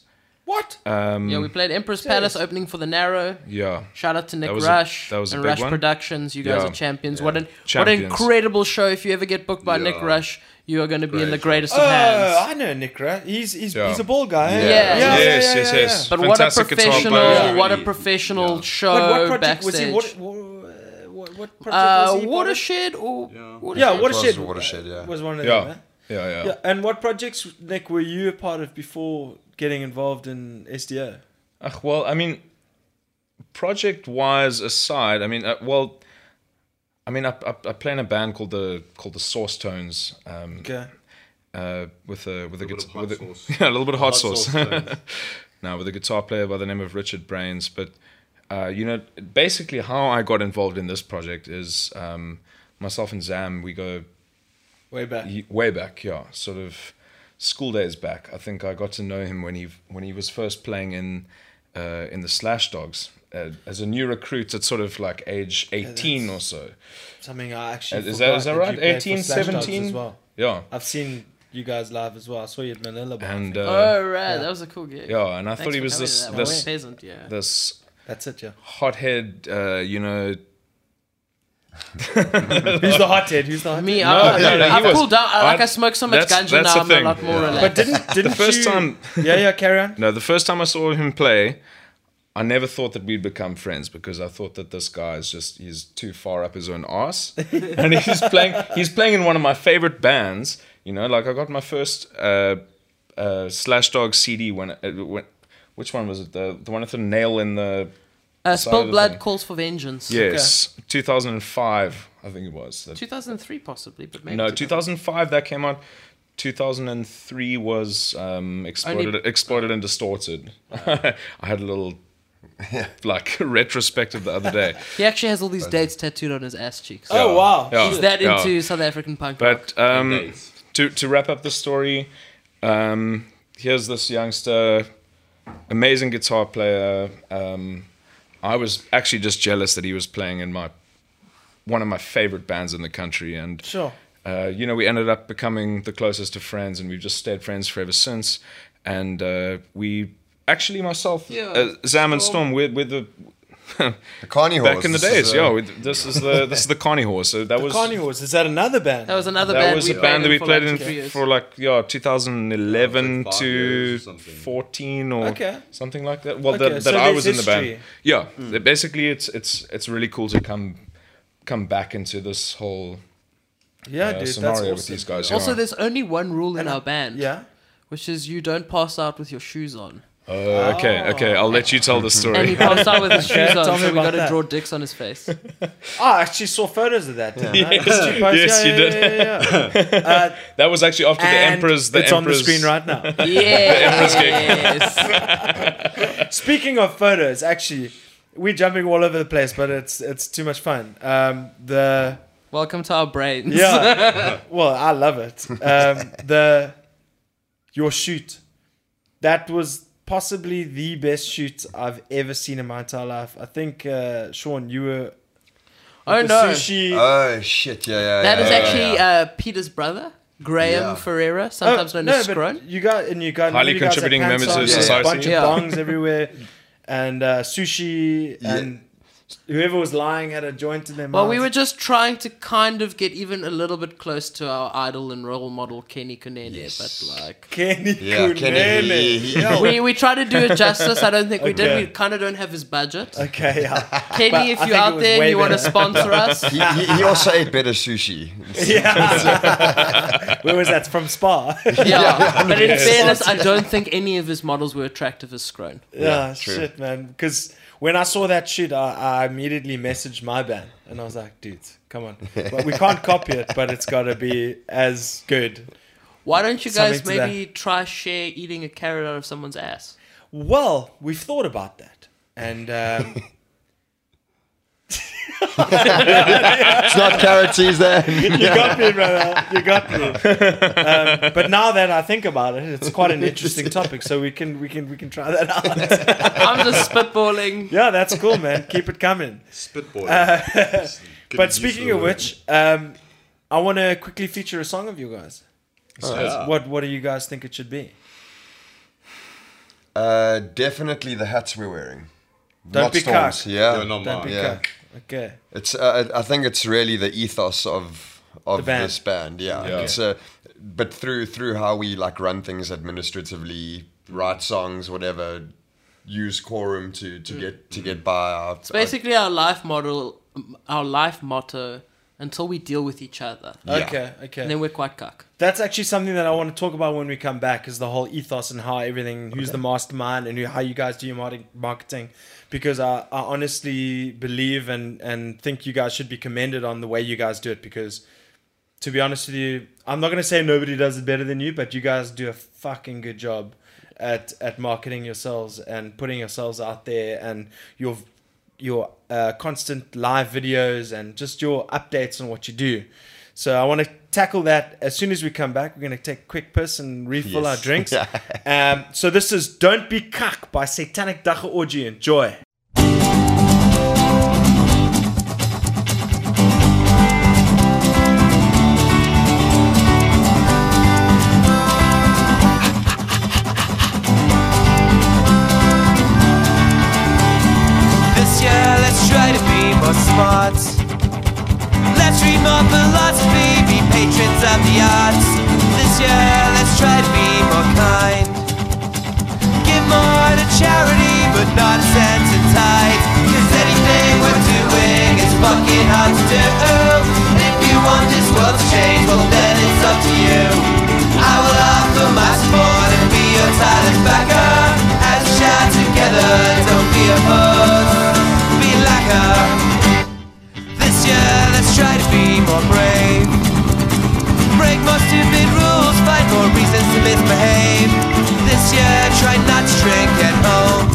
A: What?
C: Uh,
B: Yeah, we played Empress Palace opening for the Narrow.
C: Yeah.
B: Shout out to Nick
C: That was a-
B: Rush
C: that was a
B: and
C: big
B: Rush
C: one.
B: Productions. You guys
C: Yeah.
B: are champions. What an
C: Champions.
B: what an incredible show! If you ever get booked by Nick
E: Yeah.
B: Rush, you are going to be in the
E: Great.
B: greatest
A: oh,
B: of hands.
A: I know Nick. Right? He's he's,
C: Yeah.
A: he's a ball guy. eh?
D: Yeah.
B: Yeah.
C: Yes, yes, yes.
B: But what a
C: Fantastic guitar
B: professional!
C: player.
E: Yeah.
B: What a professional
E: Yeah.
B: show
A: But what project was
B: backstage.
A: he? What what, what, what project
B: uh,
A: was he? part of?
B: watershed or
E: Yeah.
A: Yeah,
B: Watershed?
A: watershed.
D: was Watershed, yeah.
A: was one of them.
C: Yeah.
A: eh?
C: Yeah, yeah.
A: Yeah, and what projects, Nick, were you a part of before getting involved in SDO?
C: Ugh, well, I mean, project wise aside, I mean, uh, well, I mean, I, I, I play in a band called the called the Sauce Tones, um,
A: Okay.
C: uh, with a with a,
E: Little bit of
C: guitar,
E: hot
C: with a,
E: sauce.
C: yeah, a little bit of hot,
E: Hot
C: sauce.
E: sauce tones.
C: now with a guitar player by the name of Richard Brains, but uh, you know, basically how I got involved in this project is um, myself and Zam. We go
A: Way back.
C: Ye- way back, yeah, sort of school days back. I think I got to know him when he when he was first playing in uh, in the Slash Dogs uh, as a new recruit at sort of like age eighteen or so.
A: Something I actually.
C: Is
A: forgot
C: that is that
A: you
C: right?
A: played for
C: 18,
A: Slash Dogs
C: 17?
A: As well.
C: Yeah,
A: I've seen you guys live as well. I saw you at Manila Bar.
C: and uh,
B: Oh right, that was a cool gig.
C: yeah, and I
B: Oh. Thanks
C: thought he
B: for
C: was
B: coming to
C: this
B: that one.
C: this
B: peasant. Yeah,
C: this
A: That's it, yeah.
C: hothead, uh, you know.
A: Who's the hothead? Who's the hothead?
B: me.
C: no,
B: I,
C: no, no, he
B: have
C: was-
B: cooled down. I, like
C: I-
B: I smoke so much
C: that's-
B: ganja now.
C: that's the
B: I'm a
C: thing.
B: lot more
C: Yeah.
A: But
B: relaxed.
A: didn't didn't
C: The first
A: you-
C: time,
A: Yeah, yeah. Carry on.
C: no, the first time I saw him play. I never thought that we'd become friends because I thought that this guy is just he's too far up his own ass. and he's playing he's playing in one of my favorite bands, you know, like I got my first uh uh Slash Dog CD when, uh, when which one was it? The the one with the nail in the
B: Uh,
C: side of
B: Spilled
C: the
B: blood
C: thing.
B: calls for vengeance.
C: Yes, 2005, I think it was. That-
B: 2003 possibly, but maybe
C: no,
B: 2000.
C: 2005 that came out. 2003 was um, exploded, exploded and distorted. I had a little like retrospective the other day.
B: He actually has all these dates tattooed on his ass cheeks.
A: Oh wow.
C: Yeah.
B: He's that
C: Yeah.
B: into South African punk. rock.
C: oh. But um,
E: dates.
C: to to wrap up the story, um, here's this youngster, amazing guitar player. Um, I was actually just jealous that he was playing in my one of my favorite bands in the country, and
A: Sure.
C: uh, you know, we ended up becoming the closest of friends, and we've just stayed friends forever since. And uh, we actually, myself,
B: Yeah,
C: uh, Zam and
B: Storm.
C: Storm, we're, we're the
D: The Carney
E: Oh,
D: Horse.
C: Back in the
D: this is
C: days,
D: a-
C: yo, we- this is the this is the Carney Horse. So that was
A: Carney Horse, is that another band?
B: That was another
C: that
B: band.
C: was
B: we
C: a band that we played in
B: for, like two years.
C: for like yeah 2011
E: Yeah, it was like five
C: to
E: years or something.
C: 14 or
A: Okay.
C: something like that well
A: Okay,
C: that,
A: so
C: that i
A: there's
C: was in the band
A: history. Hmm.
C: yeah th- basically it's it's it's really cool to come come back into this whole
A: yeah,
C: uh,
A: dude, that's
C: scenario
A: awesome.
C: with these guys
B: Also,
C: yeah.
B: there's only one rule in our band.
A: Yeah.
B: Which is you don't pass out with your shoes on.
C: Uh, okay okay i'll let you tell the
B: Oh. And he
C: story
B: passed out with his shoes
A: tell
B: on,
A: me
B: so we
A: about
B: got to
A: that.
B: draw dicks on his face.
A: Oh, I actually saw photos of that. didn't I?
C: Yes,
A: Did post-
C: yes, you did.
A: yeah, yeah, yeah. Uh,
C: that was actually after the
A: and
C: emperor's the
A: it's on the
C: emperor's
A: screen right now.
B: Yes.
A: Speaking of photos, actually, we're jumping all over the place, but it's it's too much fun. Um, the
B: Welcome to our brains.
A: yeah, well, I love it. Um, the your shoot that was possibly the best shoot I've ever seen in my entire life. I think uh, Sean, you were
B: Oh
A: the
B: no.
A: sushi.
C: Uh,
D: Oh shit! Yeah, yeah.
B: That
D: yeah,
B: is
C: Oh,
D: yeah,
B: actually
D: yeah.
B: uh, Peter's brother, Graham
D: Yeah.
B: Ferreira,
A: Oh,
B: sometimes known as
A: but
B: Scrone.
A: You got and you got
C: Highly
A: you guys had
C: contributing
A: pants
C: members
A: on,
C: of
A: there was
D: society.
A: A bunch
B: Yeah.
A: of bongs everywhere, and uh, sushi and whoever was lying had a joint in their mouth.
B: Well, we were just trying to kind of get even a little bit close to our idol and role model, Kenny Kunene, but like.
A: Kenny
D: Yeah,
A: Kunene.
D: Kenny, he- he-
A: Yeah.
B: We, we tried to do it justice. I don't think we
A: Okay.
B: did. We kind of don't have his budget.
A: Okay, yeah. But I
B: Kenny, if
A: think
B: you're
A: it
B: out
A: was
B: there and
A: way
B: you want
A: better.
B: to sponsor us,
D: He, he, he also ate better sushi.
A: Yeah. Where was that from? Spa. yeah,
B: yeah. But in fairness, I don't think any of his models were attractive as Scrone.
D: true.
A: shit, man. Because when I saw that shit, I, I immediately messaged my band and I was like, dude, come on. But we can't copy it, but it's got to be as good.
B: Why don't you guys
A: Something to
B: maybe try share eating a carrot out of someone's ass?
A: Well, we've thought about that, and um,
D: It's not carrots, he's there.
A: you got me, brother. You got me. Um, but now that I think about it, it's quite an interesting topic. So we can we can we can try that out.
B: I'm just spitballing.
A: Yeah, that's cool, man. Keep it coming.
E: Spitball.
A: But speaking of which, um, I want to quickly feature a song of you guys.
D: Ah.
E: yeah.
A: What what do you guys think it should be?
D: Uh, definitely the hats we're wearing.
A: Don't
D: Not
A: be
D: storms.
A: cock.
D: Yeah.
E: You're not
A: Don't
E: mine.
A: be
D: Yeah.
A: cock. Okay.
D: It's. Uh, I I think it's really the ethos of of
A: The band.
D: this band. Yeah.
C: Yeah.
D: It's uh, but through through how we like run things administratively, write songs, whatever, use quorum to to get to get by. Our,
B: It's basically our life model, our life motto, until we deal with each other.
A: Okay. Okay.
B: And then we're quite cuck.
A: That's actually something that I want to talk about when we come back is the whole ethos and how everything, who's the mastermind and who, how you guys do your market- marketing. Because I, I honestly believe and, and think you guys should be commended on the way you guys do it. Because to be honest with you, I'm not going to say nobody does it better than you, but you guys do a fucking good job at, at marketing yourselves and putting yourselves out there and your your uh, constant live videos and just your updates on what you do. So I want to tackle that as soon as we come back. We're going to take a quick piss and refill our
D: Yes.
A: drinks. um, so this is "Don't Be Cuck" by Satanic Dacha Orgy. Enjoy.
F: This year, let's try to be more smart. Let's read more philosophy, be patrons of the arts. This year, let's try to be more kind. Give more to charity, but not a cent to tithe. Cause anything we're doing is fucking hard to do. And if you want this world to change, well then it's up to you. I will offer my support and be your silent backer. As we shout together, don't be opposed, be like her. This year, let's try to be more brave. Break more stupid rules, find more reasons to misbehave. This year, try not to drink at home.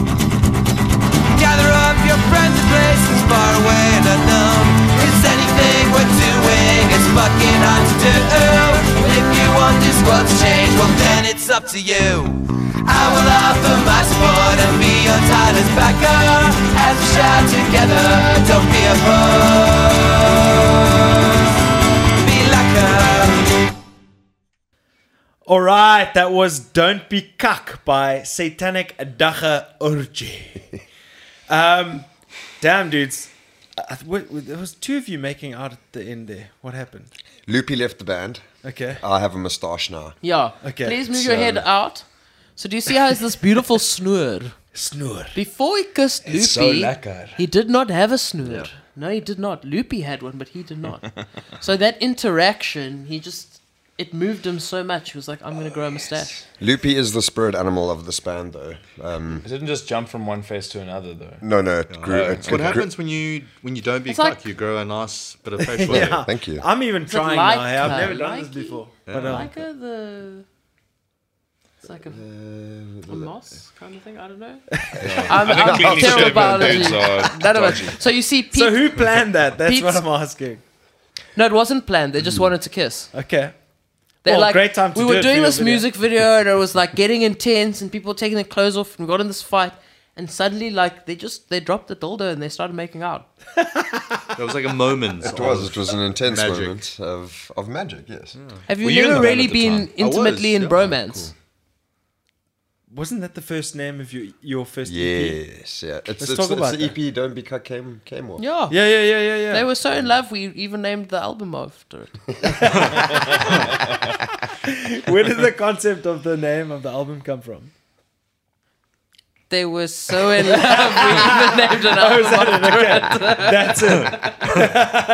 F: Gather up your friends at places far away and unknown. Cause anything we're doing is fucking hard to do. And if you want this world to change, well then it's up to you. I will offer my support and be your tireless backer. As we shout together, don't be opposed. Be like her.
A: All right, that was "Don't Be Cuck" by Satanic Dacha Orgy. Um, Damn, dudes. I th- wait, wait, there was two of you making out at the end there. What happened?
D: Loopy left the band.
A: Okay.
D: I have a moustache now.
B: Yeah.
A: Okay,
B: Please move
D: so-
B: your head out. So do you see how is this beautiful snur?
A: Snore.
B: Before he kissed Loopy,
C: It's so lekker.
B: he did not have a snur. No, he did not. Loopy had one, but he did not. so that interaction, he just it moved him so much. He was like, "I'm gonna
C: Oh,
B: grow a mustache."
D: Loopy is the spirit animal of this band, though. Um,
C: It didn't just jump from one face to another though.
D: no, no, it grew.
C: Yeah.
D: It, it
E: What
D: grew-
E: happens when you when you don't be
B: It's
E: cuck?
B: like-
E: you grow a nice bit of facial hair.
A: Yeah.
D: Thank you.
A: I'm even
B: it
A: trying
B: like
A: now. I've
B: her?
A: never done this
B: Likey?
A: before. But, um,
B: Like a, the it's like a,
C: Uh,
B: a moss kind of thing. I don't know. I'm, I'm
C: Clean
B: terrible at
C: shaven
B: biology.
C: dudes are
B: None of
C: dodgy.
B: it. um, So you see, Pete.
A: so who planned that? That's what
B: Pete's-
A: I'm asking.
B: no, it wasn't planned. They just
C: Mm.
B: wanted to kiss.
A: Okay.
B: They're
A: Well,
B: like,
A: great time to
B: we
A: do
B: were
A: it for
B: doing
A: your
B: this
A: video.
B: music video and it was like getting intense and people taking their clothes off and we got in this fight and suddenly like they just they dropped the dildo and they started making out.
E: It was like a moment. Oh,
D: It was. It was an intense
E: Magic.
D: moment of, of magic. Yes.
B: Have you
C: Were you in
B: never
C: the band
B: really
C: at the
B: been
C: time?
E: I was,
B: intimately in
E: yeah.
B: bromance?
A: Wasn't that the first name of your your first E EP?
D: Yes. Yeah. It's, it's,
A: talk
D: it's
A: about
D: the
A: that.
D: EP. Don't be cut came came off.
B: Yeah.
A: Yeah, yeah, yeah, yeah, yeah.
B: They were so in love we even named the album after it.
A: Where did the concept of the name of the album come from?
B: They were so in love we even named an album after it.
A: That's it.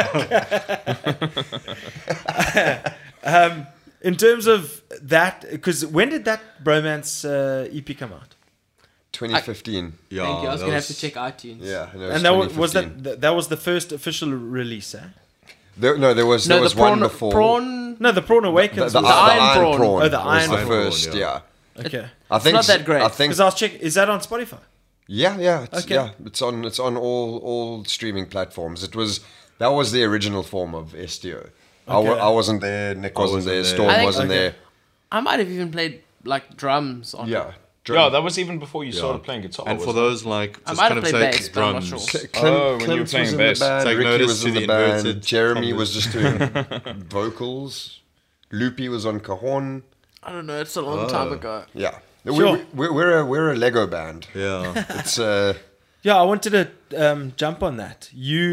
A: um, in terms of that, because when did that bromance uh, EP come out?
D: 2015.
E: Yeah,
B: Thank you. I was
E: that
B: gonna have to check iTunes.
D: yeah. And, it was
A: and that was, was
D: 2015.
A: that th- that was the first official release, eh?
D: There, no, there was
B: No,
D: there was
B: the prawn,
D: one before.
B: prawn
A: No, the Prawn Awakens.
D: the,
A: was-
B: Iron
D: iron,
B: Prawn.
D: prawn.
A: Oh, the
D: was
A: Iron
D: the
A: Prawn,
D: first,
E: yeah.
D: yeah.
A: okay.
D: I think
B: not
D: s-
B: that great.
D: I think
A: Because I was checking, is that on Spotify?
D: yeah, yeah, it's,
A: Okay.
D: yeah. It's on it's on all all streaming platforms. It was that was the original form of SDO. I I, w-
A: Okay.
D: I wasn't there. Nick wasn't,
E: wasn't
D: there.
E: there.
D: Storm
B: I think-
D: wasn't
A: Okay.
D: there.
B: I might have even played like drums on
D: Yeah.
C: Yeah,
D: Drum-
C: that was even before you started
E: Yeah.
C: playing guitar.
E: And for
C: wasn't
E: those like
B: I
E: just
B: might
E: kind
B: have
E: of
B: played
E: take
B: bass, but I'm not
E: drums.
B: sure.
D: Cl- Clint,
C: Oh, when you were
D: Clint
C: playing
D: was in
C: bass.
D: the band.
E: Take
D: Ricky
E: notice
D: was
E: to
D: in the,
E: the
D: band.
E: inverted
D: Jeremy
E: commas.
D: was just doing vocals. Loopy was on cajon.
B: I don't know, it's a long time ago.
D: Yeah.
A: Sure.
D: We, we, we're a we're a Lego band.
E: Yeah.
D: It's uh
A: Yeah, I wanted to um, jump on that. You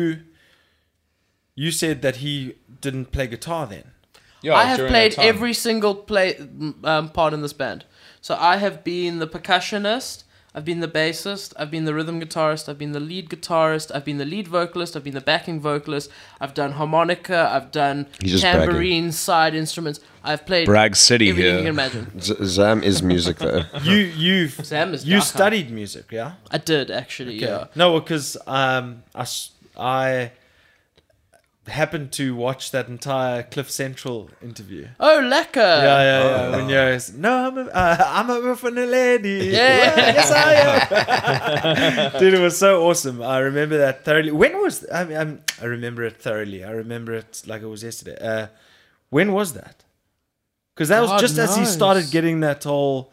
A: you said that he didn't play guitar then.
C: it? Yeah,
B: I have
C: Oh, during that
B: played
C: time.
B: every single play m- um, part in this band. So I have been the percussionist, I've been the bassist, I've been the rhythm guitarist, I've been the lead guitarist, I've been the lead vocalist, I've been the backing vocalist, I've done harmonica, I've done
D: just
B: tambourine, side instruments. I've played
C: Brag City
B: everything
C: here.
B: you can imagine.
D: Z- Zam is music though.
A: You you've
B: Sam is
A: you
B: dark, huh?
A: studied music, yeah?
B: I did actually, yeah.
A: No, because um, I, s- I happened to watch that entire Cliff Central interview.
B: Oh, lekker!
A: Yeah, yeah, yeah. When you're, no, I'm a, uh, I'm over for the lady.
B: Yeah.
A: yes, I am. Dude, it was so awesome. I remember that thoroughly. When was I mean, I'm, I remember it thoroughly. I remember it like it was yesterday. Uh, when was that? Because that was
B: God
A: just as he
B: knows.
A: started getting that whole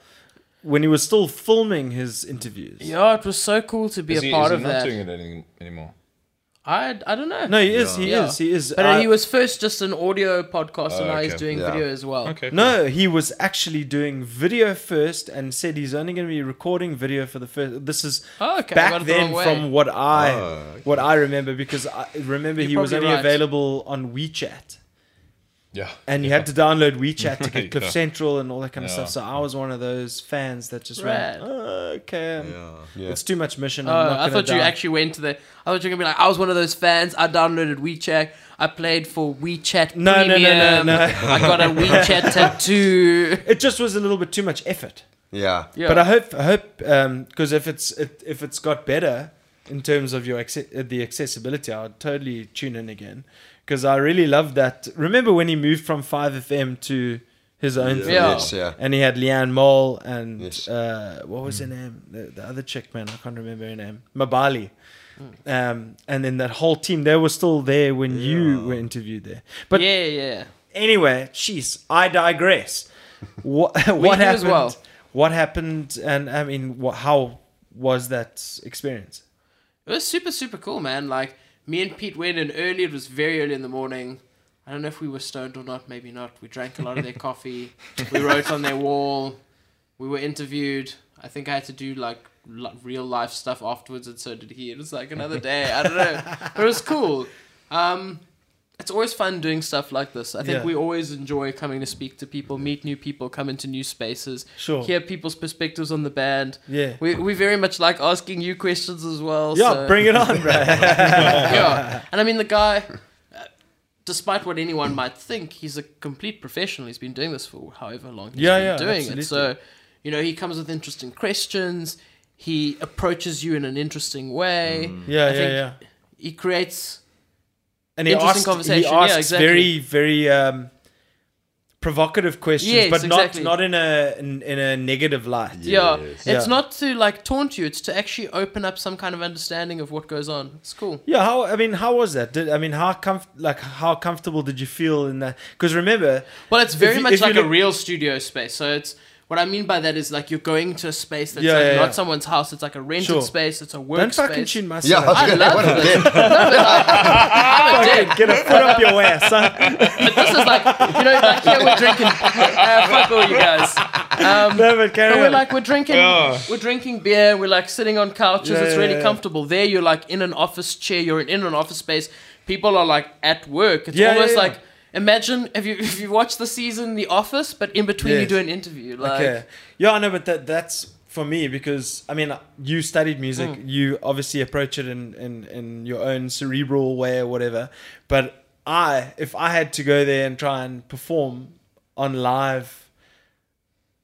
A: when he was still filming his interviews.
B: Yeah, it was so cool to be
C: Is
B: a
C: he,
B: part
C: is
B: of
C: he not
B: that.
C: doing it any, anymore?
B: I, I don't know.
A: No, he is. He
B: Yeah.
A: is. He is. Uh,
B: But
A: I-
B: he was first just an audio podcast, and now he's
C: Oh, okay.
B: doing
D: Yeah.
B: video as well.
C: Okay.
A: No, he was actually doing video first and said he's only going to be recording video for the first. This is
B: Oh, okay, I got
A: back
B: it the
A: then
B: wrong way.
A: from what I
E: Oh,
A: what I remember because I remember
B: You're
A: he was
B: probably
A: only
B: right.
A: available on WeChat
C: Yeah.
A: and you had to download WeChat to get Cliff
C: Yeah.
A: Central and all that kind of
C: Yeah.
A: stuff. So I was one of those fans that just
B: Rad.
A: went, "Oh, okay, um,
E: Yeah.
A: it's too much mission. I'm
B: Oh,
A: not
B: I
A: gonna
B: thought you
A: down-"
B: actually went to the. I thought you were gonna be like, I was one of those fans. I downloaded WeChat. I played for WeChat
A: No, no, no,
B: Premium.
A: no, no.
B: I got a WeChat tattoo.
A: It just was a little bit too much effort.
D: Yeah.
B: Yeah.
A: But I hope I hope because if it's it, if it's got better in terms of your acce- uh, the accessibility, I would totally tune in again because I really love that. Remember when he moved from Five FM to his own thing,
B: Yeah.
D: Yes, yeah.
A: and he had Leanne Mole and
D: Yes. Mm.
A: uh, what was her name? The, the other chick, man, I can't remember her name. Mabali.
D: Mm.
A: Um, and then that whole team, they were still there when you were interviewed there. But
B: yeah, yeah.
A: anyway, jeez, I digress. What
B: do
A: what
B: as
A: happened?
B: well.
A: What happened? And I mean, what, how was that experience?
B: It was super, super cool, man. Like me and Pete went in early. It was very early in the morning. I don't know if we were stoned or not. Maybe not. We drank a lot of their coffee. We wrote on their wall. We were interviewed. I think I had to do like li- real life stuff afterwards, and so did he. It was like another day. I don't know, but it was cool. Um, it's always fun doing stuff like this. I think
A: Yeah.
B: we always enjoy coming to speak to people, meet new people, come into new spaces,
A: Sure.
B: hear people's perspectives on the band.
A: Yeah.
B: we, we very much like asking you questions as well.
A: Yeah,
B: so-
A: bring it on, bro.
B: yeah. And I mean, the guy, uh, despite what anyone might think, he's a complete professional. He's been doing this for however long he's
A: Yeah,
B: been
A: yeah,
B: doing
A: absolutely.
B: it. So, you know, he comes with interesting questions. He approaches you in an interesting way.
A: Yeah,
B: I
A: yeah,
B: think
A: yeah.
B: He creates.
A: And he
B: Interesting
A: asked,
B: conversation,
A: He
B: yeah,
A: asked
B: exactly.
A: very, very um, provocative questions,
B: Yes,
A: but
B: exactly.
A: not not in a in, in a negative light.
B: Yeah, it's
A: Yeah.
B: not to like taunt you. It's to actually open up some kind of understanding of what goes on. It's cool.
A: Yeah, how I mean, how was that? Did, I mean, how comf- like how comfortable did you feel in that? Because remember,
B: Well, it's
A: If
B: very
A: you-
B: much
A: if you
B: like a
A: look-
B: real studio space. So it's what I mean by that is like you're going to a space that's
A: Yeah,
B: like
A: yeah,
B: not
A: yeah.
B: someone's house. It's like a rented
A: Sure.
B: space. It's a work
A: don't
B: space.
A: fucking tune
D: Yeah,
A: myself.
D: I
B: I love this. I'm a dick.
A: Get a foot up your ass, huh?
B: But this is like, you know, like here we're drinking. Uh, fuck all you guys.
A: no, but carry
B: Um, But we're
A: on.
B: like we're drinking, we're drinking beer. We're like sitting on couches.
A: Yeah,
B: it's
A: yeah,
B: really
A: yeah.
B: comfortable. There, you're like in an office chair. You're in an office space. People are like at work. It's
A: Yeah, yeah,
B: almost
A: yeah.
B: like imagine if you if you watch the season The Office, but in between you
A: Yes.
B: do an interview. Like,
A: okay. Yeah, I know, but that that's for me because I mean, you studied music. You obviously approach it in, in in your own cerebral way or whatever. But I, if I had to go there and try and perform on live,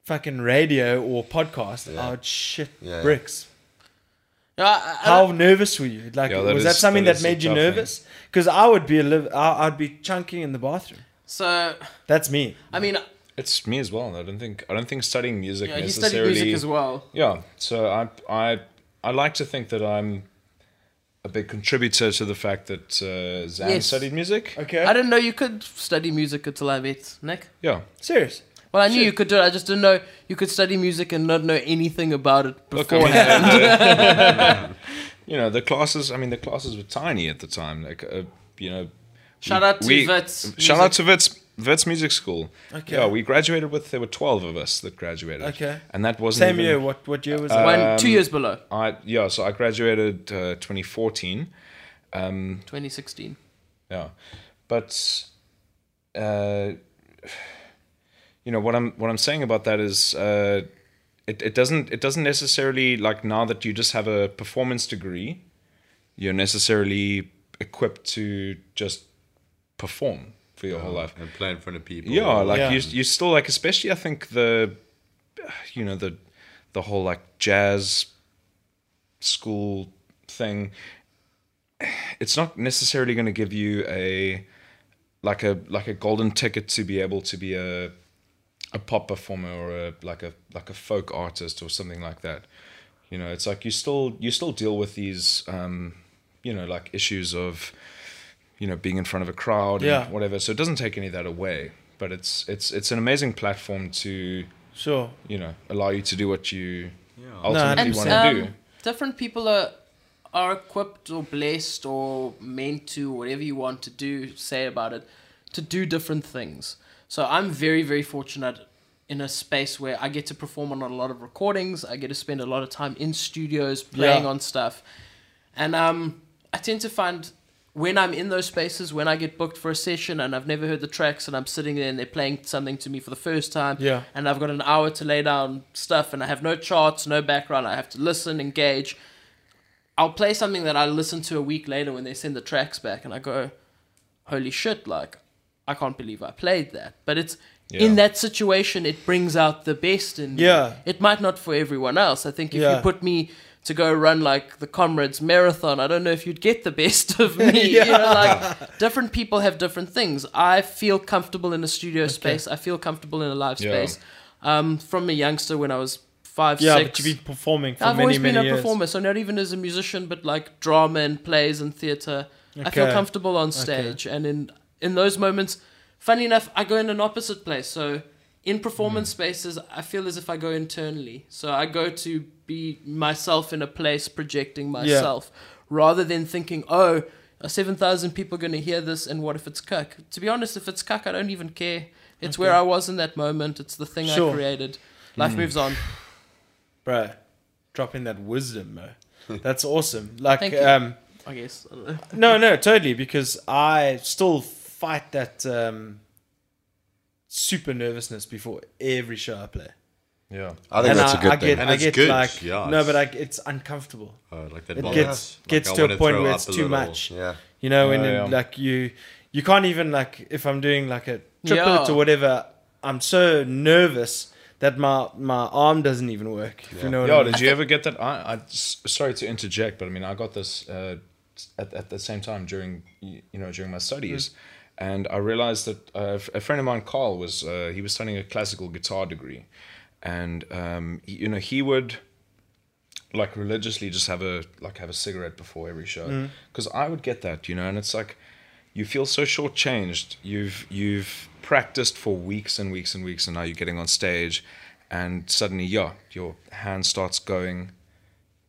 A: fucking radio or podcast, I would shit
D: Yeah, yeah.
A: bricks.
B: No, I- I-
A: How nervous were you? Like,
C: Yeah, that
A: was that
C: is-
A: something
C: that
A: that,
C: is a
A: made you
C: tough thing.
A: nervous? Because I would be a li- I, I'd be chunking in the bathroom.
B: so
A: That's me.
B: I mean,
C: It's me as well. I don't think I don't think studying music
B: yeah, he studied
C: necessarily.
B: music as well.
C: Yeah. So I I I like to think that I'm a big contributor to the fact that uh, Zan
B: Yes.
C: studied music.
A: Okay.
B: I didn't know you could study music until I met Nick.
C: Yeah.
A: Serious.
B: Well, I knew you could do it. I just didn't know you could study music and not know anything about it
C: Look, I mean,
B: beforehand.
C: uh, you know the classes. I mean the classes were tiny at the time. Like uh, you know.
B: Shout out to
C: we-
B: Wits Music.
C: Shout out to Vits. Vits Music School.
A: Okay.
C: Yeah, we graduated with there were twelve of us that graduated.
A: Okay.
C: And that wasn't
A: Same
C: even-
A: year. What what year was it?
B: One,
C: Um,
B: two years below,
C: I yeah. So I graduated uh, 2014.
B: 2016.
C: Yeah, but uh, you know what I'm what I'm saying about that is uh, it it doesn't it doesn't necessarily like now that you just have a performance degree, you're necessarily equipped to just perform for your whole life.
E: and play in front of people. Uh,
C: Yeah, like
A: Yeah.
C: you you still like especially I think the you know the the whole like jazz school thing it's not necessarily going to give you a like a like a golden ticket to be able to be a a pop performer or a like a like a folk artist or something like that. You know, it's like you still you still deal with these um you know like issues of you know being in front of a crowd
A: Yeah.
C: and whatever. So it doesn't take any of that away, but it's it's it's an amazing platform to
A: Sure.
C: you know allow you to do what you
A: No,
C: ultimately
A: And,
C: want to
B: um,
C: do.
B: different people are are equipped or blessed or meant to whatever you want to do say about it to do different things so i'm very very fortunate in a space where i get to perform on a lot of recordings i get to spend a lot of time in studios playing
A: Yeah.
B: on stuff and um i tend to find when i'm in those spaces when i get booked for a session and i've never heard the tracks and i'm sitting there and they're playing something to me for the first time
A: Yeah.
B: and I've got an hour to lay down stuff and I have no charts, no background. I have to listen, engage. I'll play something that I listen to a week later when they send the tracks back and I go, holy shit, like, I can't believe I played that. But it's in that situation, it brings out the best in me.
A: Yeah.
B: It might not for everyone else. I think if
A: Yeah.
B: you put me to go run like the comrades marathon i don't know if you'd get the best of me you know like different people have different things i feel comfortable in a studio space i feel comfortable in a live
C: Yeah.
B: space um, from a youngster when I was five,
A: Yeah,
B: six.
A: but you've been performing for
B: I've
A: many,
B: always been
A: many
B: a
A: years.
B: performer, so not even as a musician, but like drama and plays and theatre. I feel
A: Okay.
B: comfortable on stage, and in in those moments, funny enough, I go in an opposite place. So in performance
A: Hmm.
B: spaces, I feel as if I go internally. So I go to be myself in a place, projecting myself, rather than thinking, oh. Are 7,000 people going to hear this? And what if it's cuck? To be honest, if it's cuck, I don't even care. It's where I was in that moment. It's the thing
A: Sure.
B: I created. Life moves on.
A: Bro, dropping that wisdom, Mo. That's awesome. Like,
B: Thank you.
A: um,
B: I guess. I don't
A: no,
B: know.
A: no, totally. Because I still fight that um, super nervousness before every show I play.
E: Yeah.
D: I think that's a
A: I-
D: good
A: I
D: thing.
A: get,
E: And
A: I
E: it's
A: get
E: good,
A: like,
E: yeah,
A: no,
E: it's-
A: but like, it's uncomfortable.
E: Oh, like that
A: It
E: vomit.
A: gets
E: Like,
A: gets
E: I
A: to
E: wanna
A: a point
E: throw
A: where
E: up
A: it's
E: a
A: too
E: little.
A: much.
D: yeah.
A: You know, and
C: Yeah,
A: then,
C: yeah.
A: like you, you can't even like if I'm doing like a triplet
B: Yeah.
A: or whatever, I'm so nervous that my my arm doesn't even work. If you know what
C: Yo,
A: I mean?
C: did you ever get that? I, I s- sorry to interject, but I mean, I got this uh, at, at the same time during y- you know during my studies,
A: Mm-hmm.
C: and I realized that uh, a friend of mine, Carl, was uh, he was studying a classical guitar degree, and um, he- you know he would like religiously just have a like have a cigarette before every
A: Mm.
C: show because I would get that you know and it's like you feel so shortchanged you've you've practiced for weeks and weeks and weeks and now you're getting on stage and suddenly yeah your hand starts going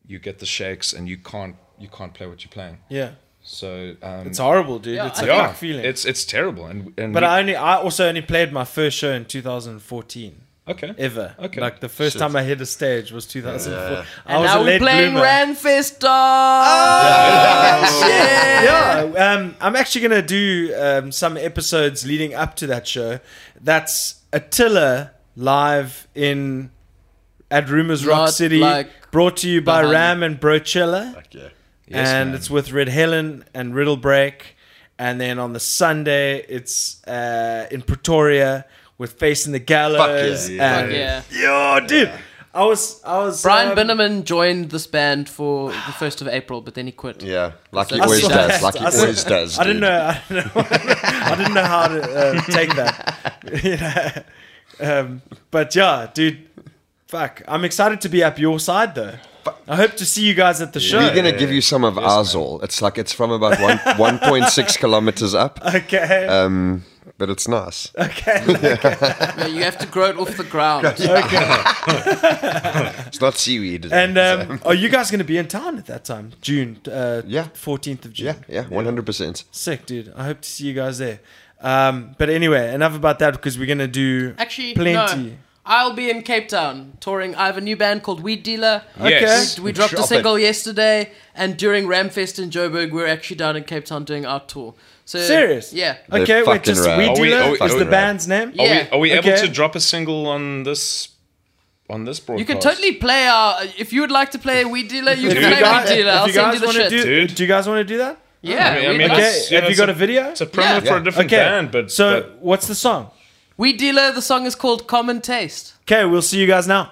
C: you get the shakes and you can't you can't play what you're playing
A: Yeah,
C: so um,
A: it's horrible, dude.
B: Yeah,
A: it's
B: I
A: a
B: think-
A: fuck feeling.
C: it's it's terrible and and
A: but
C: we-
A: I only I also only played my first show in 2014
C: okay
A: ever.
C: Okay.
A: Like the first time I hit a stage was 2004.
E: Yeah.
A: I
B: And
A: was
B: now
A: a
B: we're
A: late
B: playing
A: bloomer.
B: Ranfista. Oh,
A: yeah, um, I'm actually gonna do um, some episodes leading up to that show. That's Attila live in at Rumors Rock
B: Not
A: City,
B: like
A: brought to you by
B: behind-
A: Ram and Brochella,
E: Like, yeah.
C: Yes,
A: and
C: man.
A: it's with Red Helen and Riddle Break. And then on the Sunday, it's uh, in Pretoria with Facing the Gallows.
E: yeah.
A: and-
B: Yeah.
A: Yo, dude, I was, I was.
B: Brian
A: um,
B: Binneman joined this band for the 1st of April, but then he quit.
D: Yeah, like he
B: I
D: always
B: saw
D: does.
B: that.
D: Like he
A: I saw-
D: always does.
A: I didn't
D: dude.
A: know. I didn't know, I didn't know how to uh, take that. You know? um, but yeah, dude, fuck. I'm excited to be up your side though. I hope to see you guys at the show.
D: We're gonna give you some of ours all. It's like it's from about one one point six kilometers up,
A: okay.
D: um, but it's nice.
B: No, you have to grow it off the ground.
D: It's not seaweed.
A: and um, are you guys going to be in town at that time? June, uh,
D: Yeah.
A: 14th of June.
D: yeah, yeah, one hundred percent.
A: Sick, dude. I hope to see you guys there. Um, but anyway, enough about that because we're going to do
B: Actually,
A: plenty.
B: no. I'll be in Cape Town touring. I have a new band called Weed Dealer.
C: Yes.
B: We dropped a
D: Drop it.
B: single yesterday, and during Ramfest in Joburg, we are actually down in Cape Town doing our tour. So
A: Serious?
B: Uh, Yeah.
D: They're
A: Okay, wait,
D: fucking
A: just
D: rad.
A: Weed
C: Are we-
A: Dealer
C: are we-
A: is
C: are
A: the
D: we-
A: band's name?
C: are
B: Yeah.
C: we, are we able
A: Okay.
C: to drop a single on this on this broadcast
B: You can totally play our. If you would like to play Weed Dealer, you
A: If
B: can
A: you
B: play
A: guys-
B: Weed Dealer.
A: if
B: I'll
A: you
B: send
A: guys
B: you the
A: want to
B: shit.
A: do,
C: Dude.
A: do you guys want to do that?
B: yeah.
C: I mean, I
B: we'd
C: mean,
B: like-
A: Okay,
C: That's- yeah,
A: have you
C: it's
A: got
C: a-
A: a video?
C: it's a promo
B: Yeah.
C: for a different
A: okay.
C: band but
A: so
C: but-
A: what's the song?
B: Weed Dealer. The song is called Common Taste.
A: Okay, we'll see you guys now.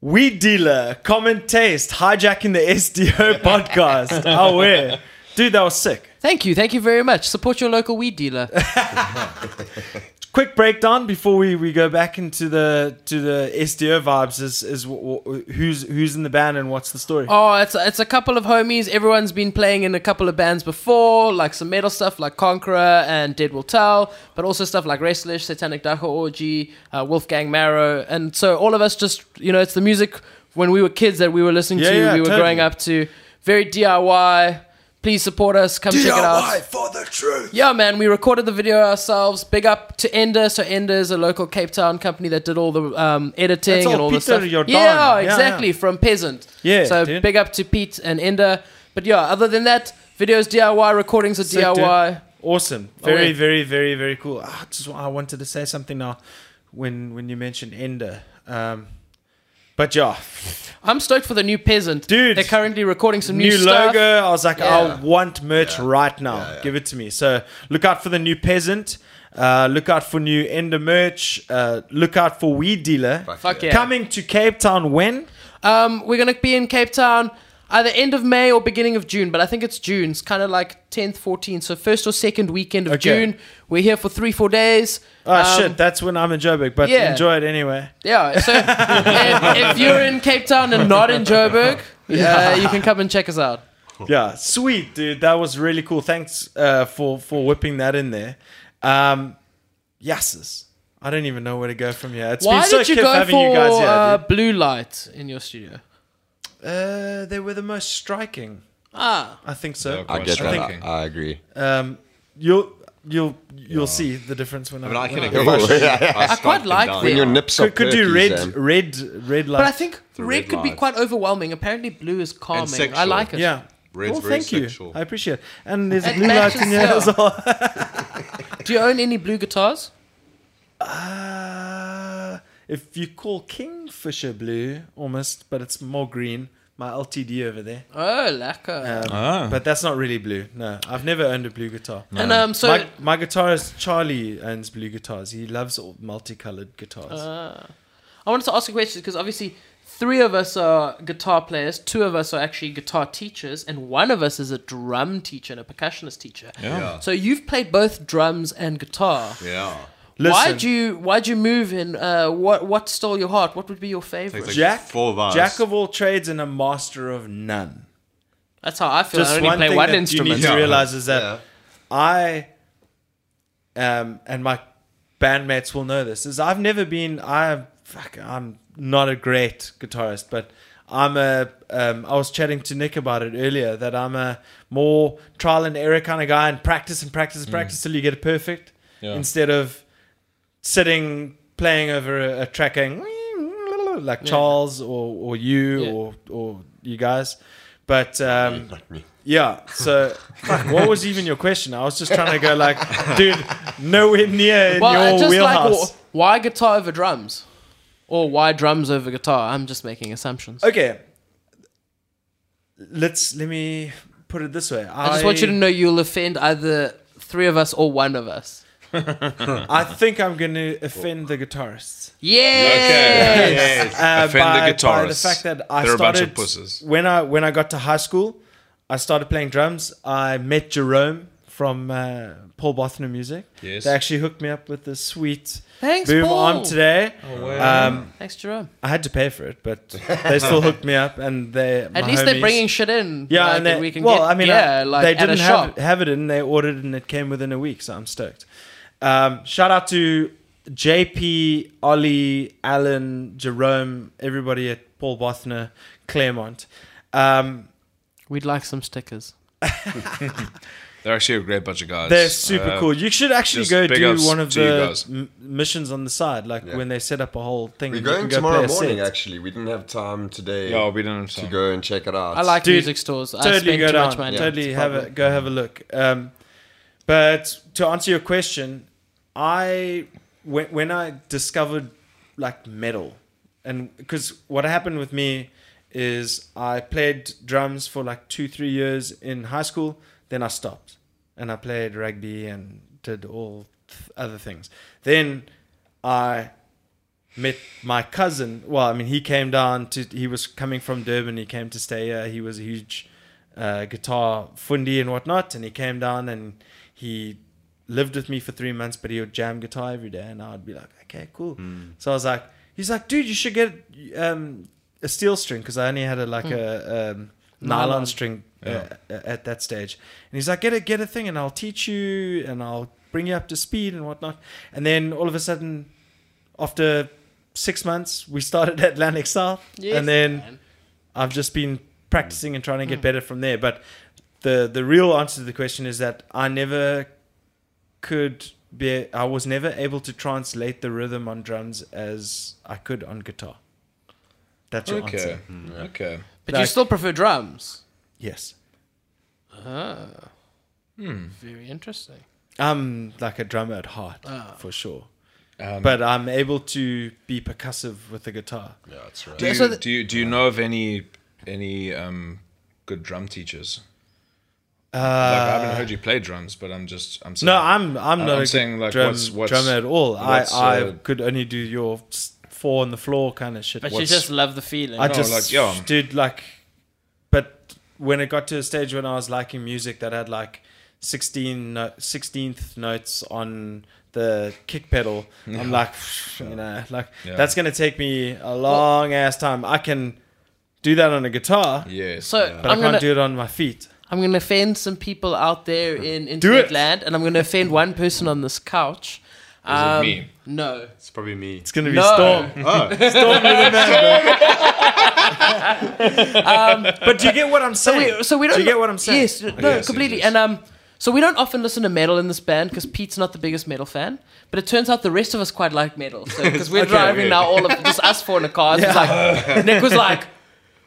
A: Weed dealer, common taste, hijacking the SDO podcast. Oh, where? Dude, that was sick.
B: Thank you, thank you very much. Support your local weed dealer.
A: quick breakdown before we, we go back into the to the SDO vibes is is wh- wh- who's who's in the band and what's the story.
B: Oh, it's it's a couple of homies. Everyone's been playing in a couple of bands before, like some metal stuff like Conqueror and Dead Will Tell, but also stuff like Wrestlish, Satanic Dacho Orgy, uh, Wolfgang Marrow, and so all of us just you know it's the music when we were kids that we were listening
A: Yeah,
B: to,
A: yeah,
B: we were
A: totally.
B: growing up to. Very DIY. Please support us. Come check it out.
D: for the truth.
B: Yeah, man, we recorded the video ourselves. Big up to Ender. So Ender is a local Cape Town company that did all the um, editing
A: That's all
B: and all the
A: Peter
B: stuff.
A: Jordan.
B: Yeah,
A: Yeah, yeah.
B: exactly from Peasant.
A: Yeah,
B: So
A: dude.
B: big up to Pete and Ender. But yeah, other than that, videos DIY, recordings are
A: Sick, dude.
B: DIY.
A: Awesome.
B: Oh,
A: Very,
B: wait.
A: very, very, very cool. Ah, just, I wanted to say something now when when you mentioned Ender. Um, but yeah,
B: I'm stoked for the new Peasant.
A: Dude.
B: they're currently recording some new,
A: new,
B: stuff.
A: logo. I was like,
B: Yeah.
A: I want merch right now. Give it to me. So look out for the new peasant. Uh, look out for new Ender merch. Uh, look out for Weed Dealer.
B: Fuck yeah.
A: Coming to Cape Town when?
B: Um, we're gonna be in Cape Town either end of May or beginning of June, but I think it's June. It's kind of like 10th, 14th, so first or second weekend of
A: Okay.
B: June. We're here for three, four days.
A: Oh
B: Um,
A: shit, that's when I'm in Joburg. But
B: yeah.
A: enjoy it anyway.
B: Yeah, so if, if you're in Cape Town and not in Joburg, uh, you can come and check us out.
A: Yeah, sweet dude, that was really cool. Thanks uh, for for whipping that in there. Um, yeses. I don't even know where to go from here. It's
B: Why
A: been so
B: did you
A: kiff
B: go
A: having
B: for
A: you guys here.
B: uh,
A: dude.
B: blue light in your studio?
A: Uh, they were the most striking.
B: Ah,
A: I think so.
D: I get
A: I
D: that.
A: think-
D: I, I agree.
A: Um, you'll you'll you'll see the difference when I,
E: I mean, I can
A: when
E: agree.
D: Oh, yeah,
E: I, strike
B: quite
E: them
B: like
E: down.
B: that.
D: When your nips are
A: could, could do
D: perky,
A: red
D: Zam.
A: red red light.
B: but I think red,
E: red
B: could be
E: light.
B: quite overwhelming. Apparently, blue is calming. I
E: sexual.
B: like it.
A: yeah.
E: Red's
A: well,
E: very
A: thank you.
E: sexual.
A: I appreciate it. And there's a
B: It
A: blue light in
B: matches
A: here as
B: up.
A: well.
B: Do you own any blue guitars?
A: Uh, if you call Kingfisher blue, almost, but it's more green. My LTD over there.
B: Oh, lacquer.
A: Um,
C: Ah.
A: But that's not really blue. No, I've never owned a blue guitar.
B: and um, so
A: my, my guitarist Charlie owns blue guitars. He loves all multicolored guitars.
B: Uh, I wanted to ask a question because obviously three of us are guitar players, two of us are actually guitar teachers, and one of us is a drum teacher and a percussionist teacher.
E: Yeah.
B: So you've played both drums and guitar.
E: Yeah.
B: Why'd
A: Listen.
B: you Why'd you move in? Uh, what What stole your heart? What would be your favorite?
E: Takes like-
A: Jack,
E: four of us.
A: Jack of all trades and a master of none.
B: That's how I feel.
A: Just
B: I only
A: one
B: play
A: thing
B: one
A: that you
B: instrument.
A: need to
E: Yeah.
A: realize is that
E: Yeah.
A: I um and my bandmates will know this is I've never been I fuck I'm not a great guitarist but I'm a um, I was chatting to Nick about it earlier that I'm a more trial and error kind of guy and practice and practice
B: Mm.
A: and practice till you get it perfect
C: Yeah.
A: instead of sitting playing over a, a track going like Charles or or you
B: Yeah. Mm.
A: or or you guys but um yeah. So, fuck, what was even your question? I was just trying to go like, dude, nowhere near in
B: Well, I
A: your
B: just like
A: wheelhouse.
B: wh- why guitar over drums, or why drums over guitar. I'm just making assumptions.
A: okay. Let's let me put it this way. I,
B: I just want you to know you'll offend either three of us or one of us.
A: I think I'm going to offend the guitarists.
B: Yeah.
E: Yes.
A: Uh,
C: Offend the
A: the
C: guitarists.
A: fact that I
C: They're a bunch
A: started
C: of pussies.
A: when I when I got to high school, I started playing drums. I met Jerome from uh, Paul Bothner Music.
C: Yes.
A: They actually hooked me up with this sweet
B: Thanks,
A: boom
B: Paul.
A: arm today.
C: Oh,
A: Um,
B: Thanks, Jerome.
A: I had to pay for it, but they still hooked me up, and they
B: At least they're bringing shit in.
A: yeah,
B: like,
A: and
B: that
A: they,
B: we can
A: well,
B: get,
A: I mean,
B: yeah,
A: I-
B: like
A: they
B: at a
A: didn't have,
B: shop.
A: have it in, they ordered it, and it came within a week, so I'm stoked. Um, shout out to JP, Ollie, Alan, Jerome, everybody at Paul Bothner, Claremont. Um,
B: We'd like some stickers.
C: They're actually a great bunch of guys.
A: They're super
C: Uh,
A: cool. You should actually
C: just
A: go
C: big
A: do
C: ups
A: one of
C: to you
A: the
C: guys.
A: m- missions on the side, like when they set up a whole thing.
D: We're
A: and you
D: going
A: can go play
D: tomorrow
A: a set.
D: morning. Actually, we didn't have time today
C: Yeah, we didn't have
D: to
C: time.
D: go and check it out.
B: I like
A: Dude,
B: music stores. I
A: totally
B: spend
A: go
B: too
A: down.
B: much money.
A: Totally
B: It's a
A: have a
B: problem.
A: go have a look. Um, but to answer your question, I when, when I discovered like metal, and because what happened with me is I played drums for like two three years in high school, then I stopped, and I played rugby and did all th- other things. Then I met my cousin. Well, I mean, he came down to. He was coming from Durban. He came to stay here. He was a huge uh, guitar fundi and whatnot, and he came down and he lived with me for three months. But he would jam guitar every day, and I'd be like, okay, cool. So I was like, he's like, dude, you should get um, a steel string because I only had a like a um, nylon,
B: Nylon.
A: string uh, a- at that stage. And he's like, get a get a thing, and I'll teach you, and I'll bring you up to speed and whatnot. And then all of a sudden, after six months, we started Atlantic South,
B: Yes,
A: and then
B: man.
A: I've just been practicing and trying to
B: Hmm.
A: get better from there. But the the real answer to the question is that I never could be I was never able to translate the rhythm on drums as I could on guitar. That's your
C: Okay.
A: answer.
C: Okay.
B: But you
A: Like-
B: still prefer drums.
A: Yes.
B: Oh. Very interesting.
A: I'm like a drummer at heart
B: Ah.
A: for sure.
C: Um,
A: But I'm able to be percussive with the guitar.
E: Yeah, that's right.
C: do you,
B: So the-
C: do you do you know of any any um good drum teachers? Like, I haven't heard you play drums, but I'm just I'm saying,
A: Uh, No, I'm I'm
C: I'm
A: not a
C: saying,
A: saying,
C: like,
A: drum,
C: what's- what's-
A: drummer at all. I
C: what's,
A: I
C: uh,
A: could only do your s- four on the floor kind of shit.
B: But you
C: What's-
B: just love the feeling.
A: I
C: No,
A: just
C: like, yeah.
A: dude like, but when it got to a stage when I was liking music that had like 16 no, 16th notes on the kick pedal, I'm like, you know, like
C: Yeah.
A: that's gonna take me a long ass time. I can do that on a guitar,
C: yes.
B: so
A: but
B: I'm
A: I can't
B: gonna
A: do it on my feet.
B: I'm gonna offend some people out there in internet
A: it.
B: land, and I'm gonna offend one person on this couch. Um,
C: me?
B: No.
E: It's probably me.
A: It's gonna be
B: No.
A: storm.
E: Oh,
A: But do you get what I'm saying?
B: Wait, so we don't.
A: do you get what I'm saying?
B: Yes, no,
C: yes,
B: completely.
C: yes.
B: And um, so we don't often listen to metal in this band because Pete's not the biggest metal fan. But it turns out the rest of us quite like metal because we're driving now, all of just us four in a car. It's like Nick was like,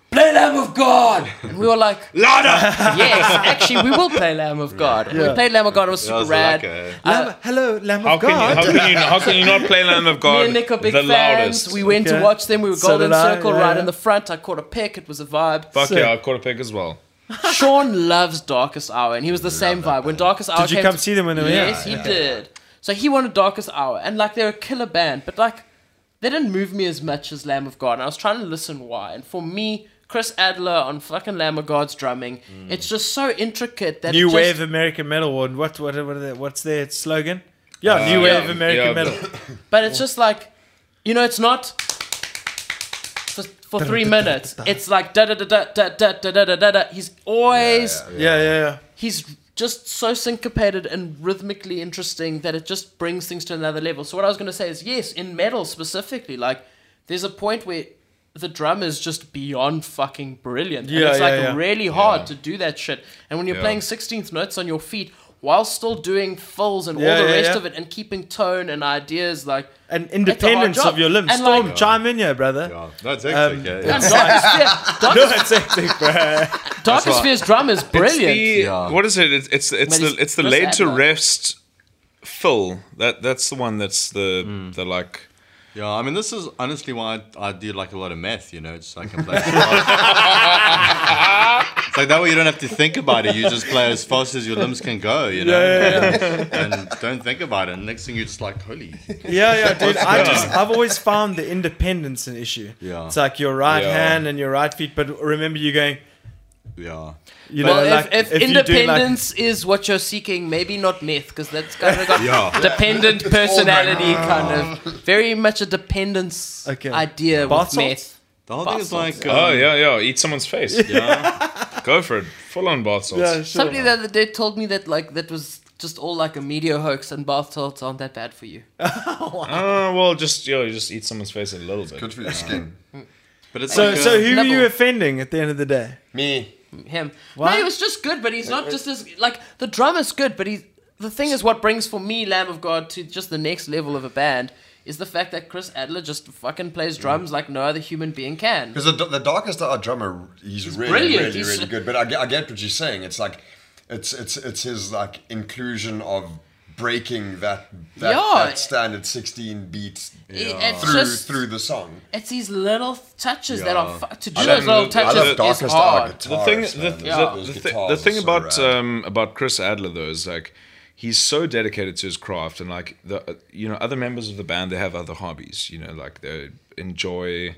B: "Play Lamb of God," and we were like,
E: Lada!
B: "Yes, actually, we will play Lamb of God." And We
A: Yeah.
B: played Lamb of God. It was super
E: That was
B: rad. Uh,
E: like a-
A: Lamb, hello, Lamb
C: how
A: of
C: can you
A: God.
C: how can you how can you not play Lamb of God?
B: Me and Nick are big
C: the
B: fans.
C: loudest.
B: We went to
A: Okay.
B: watch them. We were
A: So
B: golden
A: did I,
B: circle
A: yeah,
B: right
A: yeah.
B: in the front. I caught a pick. It was a vibe.
C: Fuck
A: So-
C: yeah, I caught a pick as well.
B: Sean loves Darkest Hour, and he was the same vibe. When Darkest Hour
A: Did you
B: came
A: come
B: to-
A: see them when they were here?
B: Yes, he did. So he wanted Darkest Hour, and like they're a killer band, but like they didn't move me as much as Lamb of God. And I was trying to listen why, and for me, Chris Adler on fucking Lamb of God's drumming,
C: Mm.
B: it's just so intricate that it
A: New
B: just-
A: Wave American Metal. And what what, what are they, what's their slogan? Yeah, New
C: yeah,
A: Wave American
C: yeah,
A: Metal.
B: But it's just like, you know, it's not for, for three minutes. It's like da da da da da da da da da da. da. He's always
A: yeah, yeah, yeah.
B: he's just so syncopated and rhythmically interesting that it just brings things to another level. So what I was going to say is yes, in metal specifically, like there's a point where the drum is just beyond fucking brilliant. and
A: Yeah,
B: it's
A: yeah,
B: like
A: yeah.
B: really hard to do that shit. And when you're
C: Yeah.
B: playing 16th notes on your feet while still doing fills and
A: Yeah,
B: all the
A: yeah,
B: rest
A: yeah.
B: of it and keeping tone and ideas like
A: And independence
B: job.
A: of your limbs.
B: And
A: Storm,
B: like-
A: chime in here, brother.
E: Yeah, Oh, that's hectic,
A: Um,
E: yeah,
B: And
E: yeah.
B: Darkest Fear-
A: No,
B: Darkest-
A: it's hectic, bro.
B: Darkest Fear's drum is brilliant.
C: It's the, What is it? It's it's, it's
B: But
C: the
B: it's
C: it's the
B: Chris
C: laid to
B: Adler.
C: rest fill. That that's the one that's the
D: Hmm.
C: the like
E: Yeah, I mean, this is honestly why I, I do like a lot of math, you know, it's like I can play as fast. It's like that way you don't have to think about it. You just play as fast as your limbs can go, you know? And don't think about it. And next thing you're just like, holy.
A: Yeah, yeah, dude. I just I've always found the independence an issue.
E: Yeah.
A: It's like your right
C: Yeah.
A: hand and your right feet, but remember you going
E: Yeah.
A: you know
B: Well, if,
A: like
B: if,
A: if you do like
B: independence is what you're seeking, maybe not meth, because that's kind of got
E: Yeah.
B: dependent personality, kind of very much a dependence
A: Okay.
B: idea
A: Bath
B: with
A: salts?
B: meth.
E: The whole thing is like, um,
C: oh yeah yeah eat someone's face. Go for it. Full on bath salts.
A: yeah, sure.
B: Somebody the other day told me that like that was just all like a media hoax, and bath salts aren't that bad for you.
C: Uh, well, just you, know, you just eat someone's face a little bit.
D: Good for your skin.
E: but it's
A: So
E: like,
A: so
E: uh,
A: who are you
B: Nibble.
A: offending at the end of the day?
D: Me.
B: Him,
A: What?
B: no, he was just good, but he's not just as like the drum is good, but he's the thing is what brings for me Lamb of God to just the next level of a band is the fact that Chris Adler just fucking plays drums like no other human being can.
D: Because the, the darkest hour drummer, he's, really,
B: brilliant.
D: really,
B: He's-
D: really good. But I, get- I get what you're saying. It's like, it's it's it's his like inclusion of breaking that that,
B: Yeah.
D: that standard 16 beats
B: it's
D: through
B: just-
D: through the song.
B: It's these little touches that are fu- to do
C: I
B: those
C: love-
B: little
C: I
D: I
B: touches
D: love darkest
B: is
D: hour
B: hard.
D: guitars.
C: the thing,
D: man.
C: the,
D: Those-
B: Yeah.
C: the,
D: those
C: the, thi-
D: guitars
C: the
D: are
C: thing
D: so
C: about
D: rad.
C: um, about Chris Adler though is like he's so dedicated to his craft and like the uh, you know other members of the band they have other hobbies. You know, like they enjoy.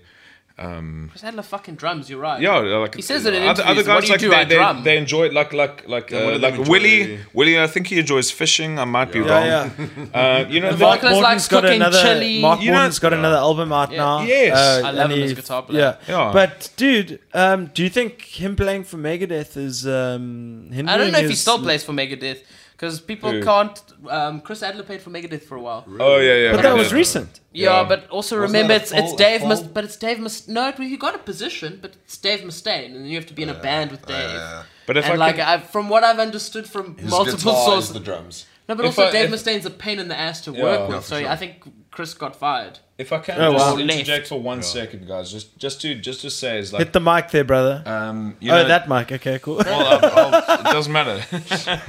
B: Chris Adler fucking drums. You're right.
C: Yeah, like
B: He says it in
C: other, other
B: interviews, "What
C: guys
B: do you
C: like
B: do? I
C: they, they,
B: drum."
C: they enjoy it, like like like
E: one
C: uh,
E: of them
C: like
E: enjoy-
C: Willie Willie. I think he enjoys fishing. I might be wrong.
A: Yeah, yeah.
C: Uh, you know,
B: Mark
C: the-
B: Nicholas
A: Morton's
B: likes cooking
A: another,
B: chili.
A: Mark
C: You know-
A: Morton's got another album out now.
C: Yes.
A: Uh,
B: I love
A: and
B: him as
A: he-
B: guitar player.
A: yeah.
C: Yeah.
A: But dude, um, do you think him playing for Megadeth is um, hindering
B: I don't know if he
A: his-
B: still plays for Megadeth because people
C: Who?
B: can't. Um, Chris Adler played for Megadeth for a while.
C: oh yeah, yeah.
A: But that was recent.
B: Yeah,
C: Yeah.
B: but also
E: Wasn't
B: remember
E: that a
B: it's, it's
E: full-
B: Dave.
E: a
B: Mus-
E: full-
B: but it's Dave. Mus- no, it- you got a position, but it's Dave Mustaine, and then you have to be in a band with Dave.
C: But if
B: and
C: I
B: like
C: can-
B: I, from what I've understood from
D: His
B: multiple
D: guitar is
B: sources,
D: the drums.
B: no, but
C: If
B: also
C: I-
B: Dave
C: if-
B: Mustaine's a pain in the ass to
C: Yeah,
B: work
C: yeah,
B: with. So I think Chris got fired.
C: If I can
A: Oh,
C: just
A: wow.
C: interject for one second, guys, just just to just to say is like
A: Hit the mic there, brother.
B: Uh,
C: um, you
A: oh,
C: know,
A: that mic. Okay, cool.
C: Well, I'll- I'll- it doesn't matter.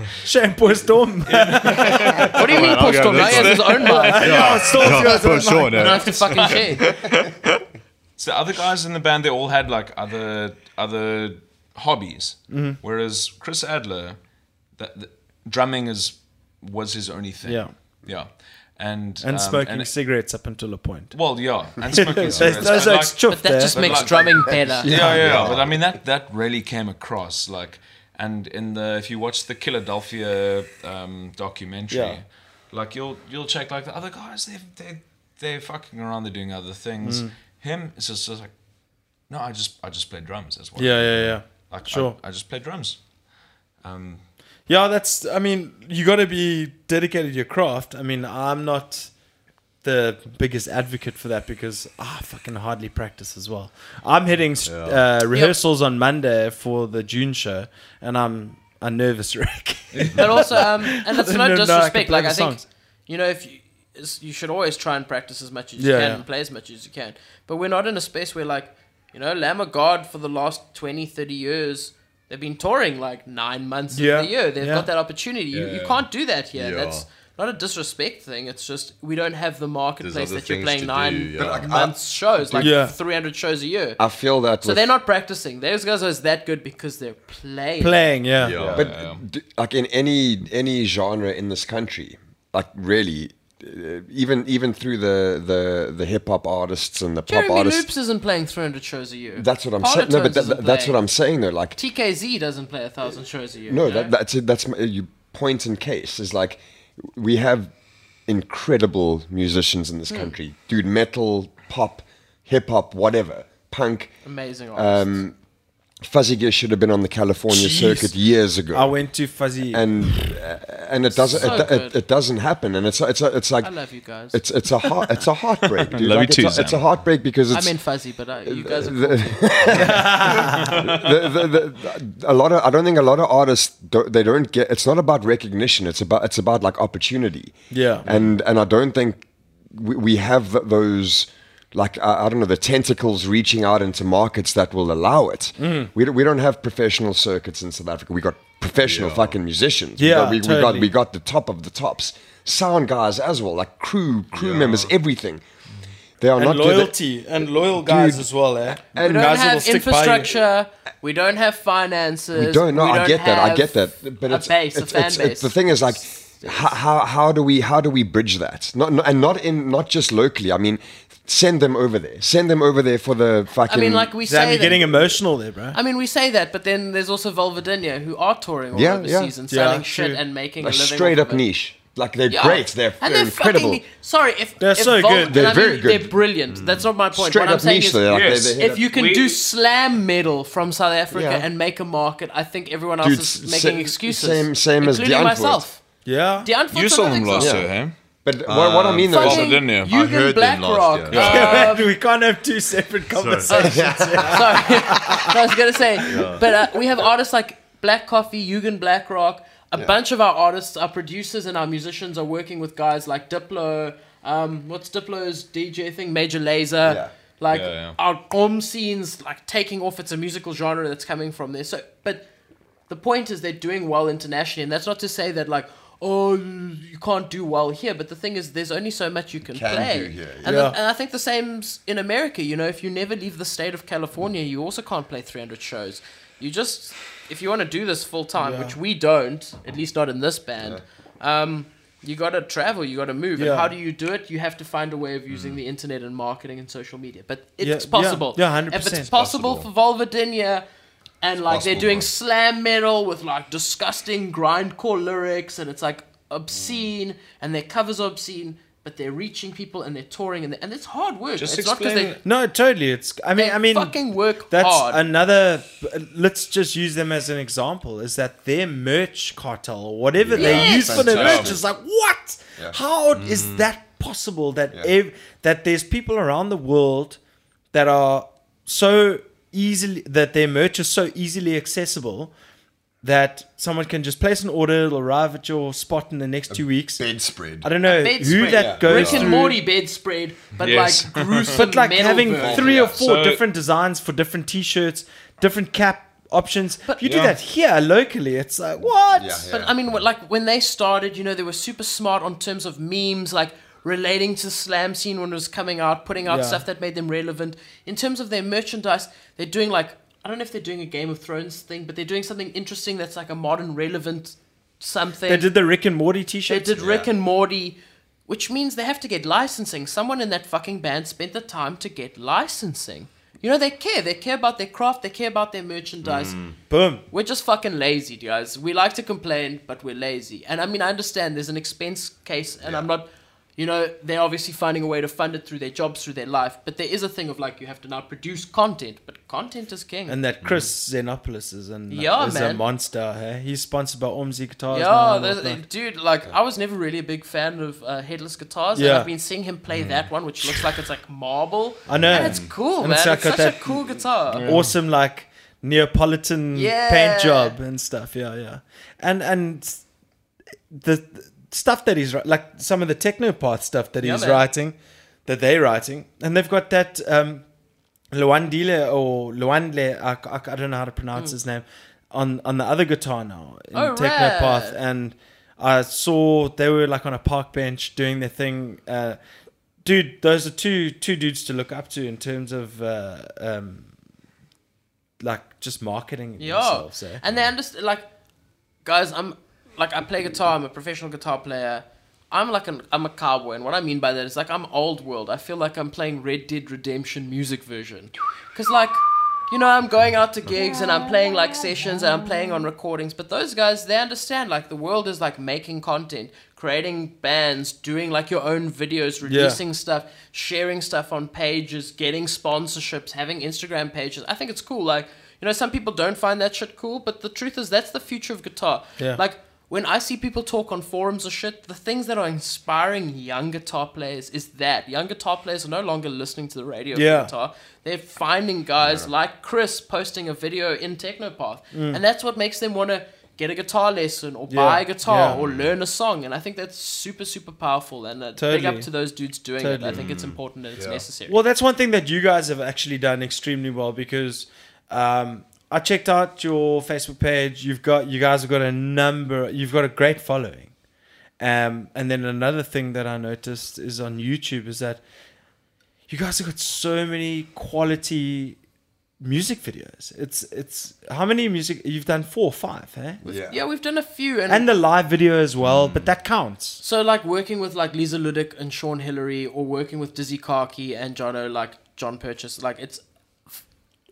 A: Shame, poor Storm.
B: What do you mean, Paul
E: okay,
B: Storm? Now he
E: that's
B: has his own mic.
E: Yeah,
A: still
E: yeah,
A: feels
E: for
A: like
E: sure.
B: I don't
E: No.
B: have to fucking share.
C: So the other guys in the band, they all had like other other hobbies.
A: Mm-hmm.
C: Whereas Chris Adler, that the, drumming is was his only thing.
A: Yeah.
C: yeah, and
A: and
C: um,
A: smoking cigarettes up until a point.
C: well, yeah, and smoking
A: Those,
C: cigarettes.
A: those
C: but,
A: are
C: like,
A: it's chuffed
B: But that just
A: there.
B: makes
C: like-
B: drumming better.
C: yeah, yeah, But I mean that that really came across like, and in the if you watch the Philadelphia um, documentary,
A: Yeah.
C: like you'll you'll check like the other guys they they they're fucking around, they're doing other
A: Mm.
C: things. Him is just, just like, no, I just I just play drums. That's what. I
A: Yeah,
C: do."
A: yeah, yeah.
C: Like, I-
A: Sure.
C: I, just play drums. Um,
A: Yeah, that's. I mean, you got to be dedicated to your craft. I mean, I'm not the biggest advocate for that because I fucking hardly practice as well. I'm hitting s uh, rehearsals on Monday for the June show, and I'm a nervous wreck.
B: But also, um, and it's
A: No,
B: no
A: no, I can
B: disrespect.
A: play
B: like
A: the
B: I think,
A: songs.
B: you know, if you is- you should always try and practice as much as you
A: Yeah,
B: can
A: yeah.
B: and play as much as you can. But we're not in a space where like, you know, Lamb of God for the last 20, 30 years. They've been touring like nine months
A: Yeah,
B: of the year. They've
A: yeah.
B: got that opportunity. You, you can't do that here.
E: Yeah.
B: That's not a disrespect thing. It's just we don't have the marketplace
E: other
B: that you're playing
E: things to
B: nine
E: do, yeah. But, like, I-
B: months shows, like
A: Yeah.
B: 300 shows a year.
D: I feel that.
B: so
D: with,
B: they're not practicing. Those guys are that good because they're playing.
A: Playing, yeah.
E: Yeah.
D: but d- like in any any genre in this country, like really, uh, even even through the the the hip hop artists and the
B: Jeremy
D: pop artists.
B: Loops isn't playing 300 shows a year.
D: That's what I'm saying. No, but
B: Parlotones
D: that,
B: isn't
D: that's what
B: playing.
D: I'm saying though. Like
B: TKZ doesn't play a thousand shows a year.
D: No,
B: you
D: that,
B: know?
D: that's it. That's my uh, you point in case is like we have incredible musicians in this
B: Hmm.
D: country, dude. Metal, pop, hip hop, whatever, punk.
B: amazing. Artists.
D: Um, Fuzzy Gear should have been on the California
A: Jeez.
D: circuit years ago,
A: I went to Fuzzy.
D: and uh, and it doesn't
B: So
D: it,
B: good.
D: it, it doesn't happen, and it's it's it's like
B: I love you guys.
D: it's it's a heart, it's a heartbreak, dude.
C: Love
D: like,
C: you
D: it's,
C: too,
D: a, it's a
C: Zam.
D: heartbreak because
B: I
D: it's
B: mean fuzzy, but I, you guys are
D: the-
B: cool.
D: the, the, the, a lot of I don't think a lot of artists don't, they don't get it's not about recognition it's about it's about like opportunity
A: Yeah.
D: and and I don't think we, we have th- those like I, I don't know the tentacles reaching out into markets that will allow it
A: Mm.
D: we, don't- we don't have professional circuits in South Africa we got professional fucking musicians
A: Yeah,
D: we got, we,
A: totally.
D: we got we got the top of the tops sound guys as well like crew crew members everything they are
A: and
D: not good at-
A: loyalty and loyal guys as well, eh?
D: And-
B: We don't
A: guys that'll
B: have
A: stick by you.
B: infrastructure. We don't have finances.
D: We don't know. I
B: don't
D: get that. I
B: have
D: get that. But
B: a
D: it's,
B: base,
D: it's,
B: a fan
D: it's-
B: base.
D: it's- the thing is like. How, how how do we how do we bridge that? Not, not and not in not just locally. I mean, send them over there. Send them over there for the
B: I
D: fucking.
B: mean, like we
A: Sam,
B: say
A: you're
B: that.
A: getting emotional there, bro.
B: I mean, we say that, but then there's also Volvadinia who are touring all
D: Yeah,
B: over
D: yeah.
B: season,
A: Yeah,
B: selling shit
A: true.
B: and making
D: a
B: a living.
D: straight
B: off
D: up
B: of it.
D: niche. Like they're
B: Yeah.
D: great. They're,
B: And
D: they're
B: fucking
D: incredible.
B: neat. sorry, if
A: They're
B: if
A: so
B: Vol-
A: good.
B: and
D: They're
B: I
D: very
B: mean,
D: good.
B: They're brilliant. That's not my point.
D: Straight
B: what I'm
D: up
B: saying
D: niche.
B: is,
D: though. Like,
C: Yes.
D: they- they-
B: if you can
C: We-
B: do slam metal from South Africa
D: Yeah.
B: and make a market, I think everyone else
D: Dude,
B: is
D: s-
B: making
D: same-
B: excuses.
D: same- same as
B: including
D: Deantwoord.
B: myself.
A: yeah.
B: Deantwoord's
C: you saw
B: another
C: them last
B: example.
C: year, hey?
D: but what, what I mean though
C: Also,
D: is,
B: Uh, Fucking
C: didn't you? I
B: Eugen
E: heard them last
B: Blackrock.
E: year.
B: uh,
A: we can't have two separate conversations.
B: Sorry, No, I was gonna say, but uh, we have artists like Black Coffee, Eugen Blackrock. A bunch of our artists, our producers, and our musicians are working with guys like Diplo. Um, what's Diplo's DJ thing? Major Laser.
D: Yeah.
B: Like
C: Yeah, yeah.
B: our om scenes, like taking off. It's a musical genre that's coming from there. So, but the point is they're doing well internationally, and that's not to say that like. Oh, you can't do well here, but the thing is, there's only so much you can,
D: Can
B: play.
D: do here,
B: And,
A: yeah.
B: the- and I think the same's in America. You know, if you never leave the state of California, you also can't play 300 shows. You just, if you want to do this full time, which we don't, at least not in this band, Um, you got to travel, you got to move.
A: Yeah. Mm.
B: And how do you do it? You have to find a way of using the internet and marketing and social media. But
A: Yeah,
B: it's
A: yeah,
B: possible.
A: yeah, 100%
B: If it's
A: it's
B: possible,
E: possible.
B: for Volvadinia and like they're
E: possible,
B: doing
E: bro.
B: slam metal with like disgusting grindcore lyrics and it's like obscene and their covers are obscene, but they're reaching people and they're touring and, they and it's hard work.
C: Just
B: it's not because
C: explain
B: they
A: No, totally. It's. I mean,
B: They
A: I mean,
B: fucking work
A: That's
B: hard.
A: another. Let's just use them as an example. Is that their merch cartel or whatever they
B: Yes.
A: use for their
C: Fantastic.
A: merch is like what? How is
B: Mm.
A: that possible? That ev- that there's people around the world that are so easily that their merch is so easily accessible that someone can just place an order, it'll arrive at your spot in the next two weeks.
D: bedspread.
A: I don't know who
B: bedspread.
A: that goes
B: Rick and
A: through.
B: Morty bedspread, but
C: Yes.
B: like gruesome
A: But like
B: metal
A: having
B: version.
A: three or four
C: So-
A: different designs for different t-shirts, different cap options. you do
C: Yeah.
A: that here locally, it's like what?
D: Yeah, yeah.
B: But I mean, what, like when they started, you know, they were super smart on terms of memes, like relating to slam scene when it was coming out, putting out
A: Yeah.
B: stuff that made them relevant. In terms of their merchandise, they're doing like I don't know if they're doing a Game of Thrones thing, but they're doing something interesting that's like a modern relevant something.
A: They did the Rick and Morty
B: They
A: t-shirts.
B: did Rick and Morty, which means they have to get licensing. Someone in that fucking band spent the time to get licensing. You know, they care. They care about their craft. They care about their merchandise.
A: Boom.
B: We're just fucking lazy, guys. We like to complain, but we're lazy. And I mean, I understand there's an expense case, and I'm not, you know, they're obviously finding a way to fund it through their jobs, through their life. But there is a thing of like, you have to now produce content, but content is king.
A: And that Chris Xenopoulos is, an,
B: Yeah,
A: is a
B: man.
A: monster. Hey? He's sponsored by Omzi Guitars. now
B: Yeah,
A: and
B: there's-
A: whatnot.
B: dude, like I was never really a big fan of uh, headless guitars, and
A: Yeah. Mm.
B: I've been seeing him play that one, which looks like it's like marble.
A: I know.
B: and it's cool,
A: And
B: man.
A: it's
B: It's,
A: like got
B: such
A: that-
B: a cool guitar.
A: awesome like Neapolitan
B: Yeah.
A: paint job and stuff. Yeah, yeah. And and s- the, the stuff that he's wri- like some of the technopath stuff that
B: Yeah,
A: he's
B: man.
A: writing, that they're writing, and they've got that um, Luandile or Luandle. I, c- I c- I don't know how to pronounce his name on on the other guitar now in
B: Mm. Oh,
A: technopath
B: rad.
A: and. I saw they were like on a park bench doing their thing. Uh, dude, those are two two dudes to look up to in terms of uh, um, like just marketing
B: Yeah,
A: themselves. Eh?
B: and they understand. Like, guys, I'm like I play guitar. I'm a professional guitar player. I'm like an I'm a cowboy, and what I mean by that is like I'm old world. I feel like I'm playing Red Dead Redemption music version, because like. You know, I'm going out to gigs and I'm playing like sessions and I'm playing on recordings, but those guys, they understand like the world is like making content, creating bands, doing like your own videos, releasing stuff, sharing stuff on pages, getting sponsorships, having Instagram pages. I think it's cool. Like, you know, some people don't find that shit cool, but the truth is that's the future of guitar.
A: Yeah.
B: Like, when I see people talk on forums or shit, the things that are inspiring young guitar players is that young guitar players are no longer listening to the radio for
A: Yeah.
B: guitar. They're finding guys like Chris posting a video in Technopath. And that's what makes them want to get a guitar lesson or buy a
A: Mm. Yeah,
B: guitar
A: yeah.
B: or learn a song. And I think that's super, super powerful. And uh, big
A: Totally.
B: up to those dudes doing it.
A: Totally.
B: I think it's important and it's necessary.
A: Well, that's one thing that you guys have actually done extremely well because um, I checked out your Facebook page. You've got you guys have got a number. You've got a great following. Um, and then another thing that I noticed is on YouTube is that you guys have got so many quality music videos. It's it's how many music you've done four or five, eh?
B: yeah, we've done a few. And,
A: And the live video as well, but that counts.
B: so, like, working with like Lisa Ludick and Sean Hillary or working with Dizzy Karki and Jono, like John Purchase, like, it's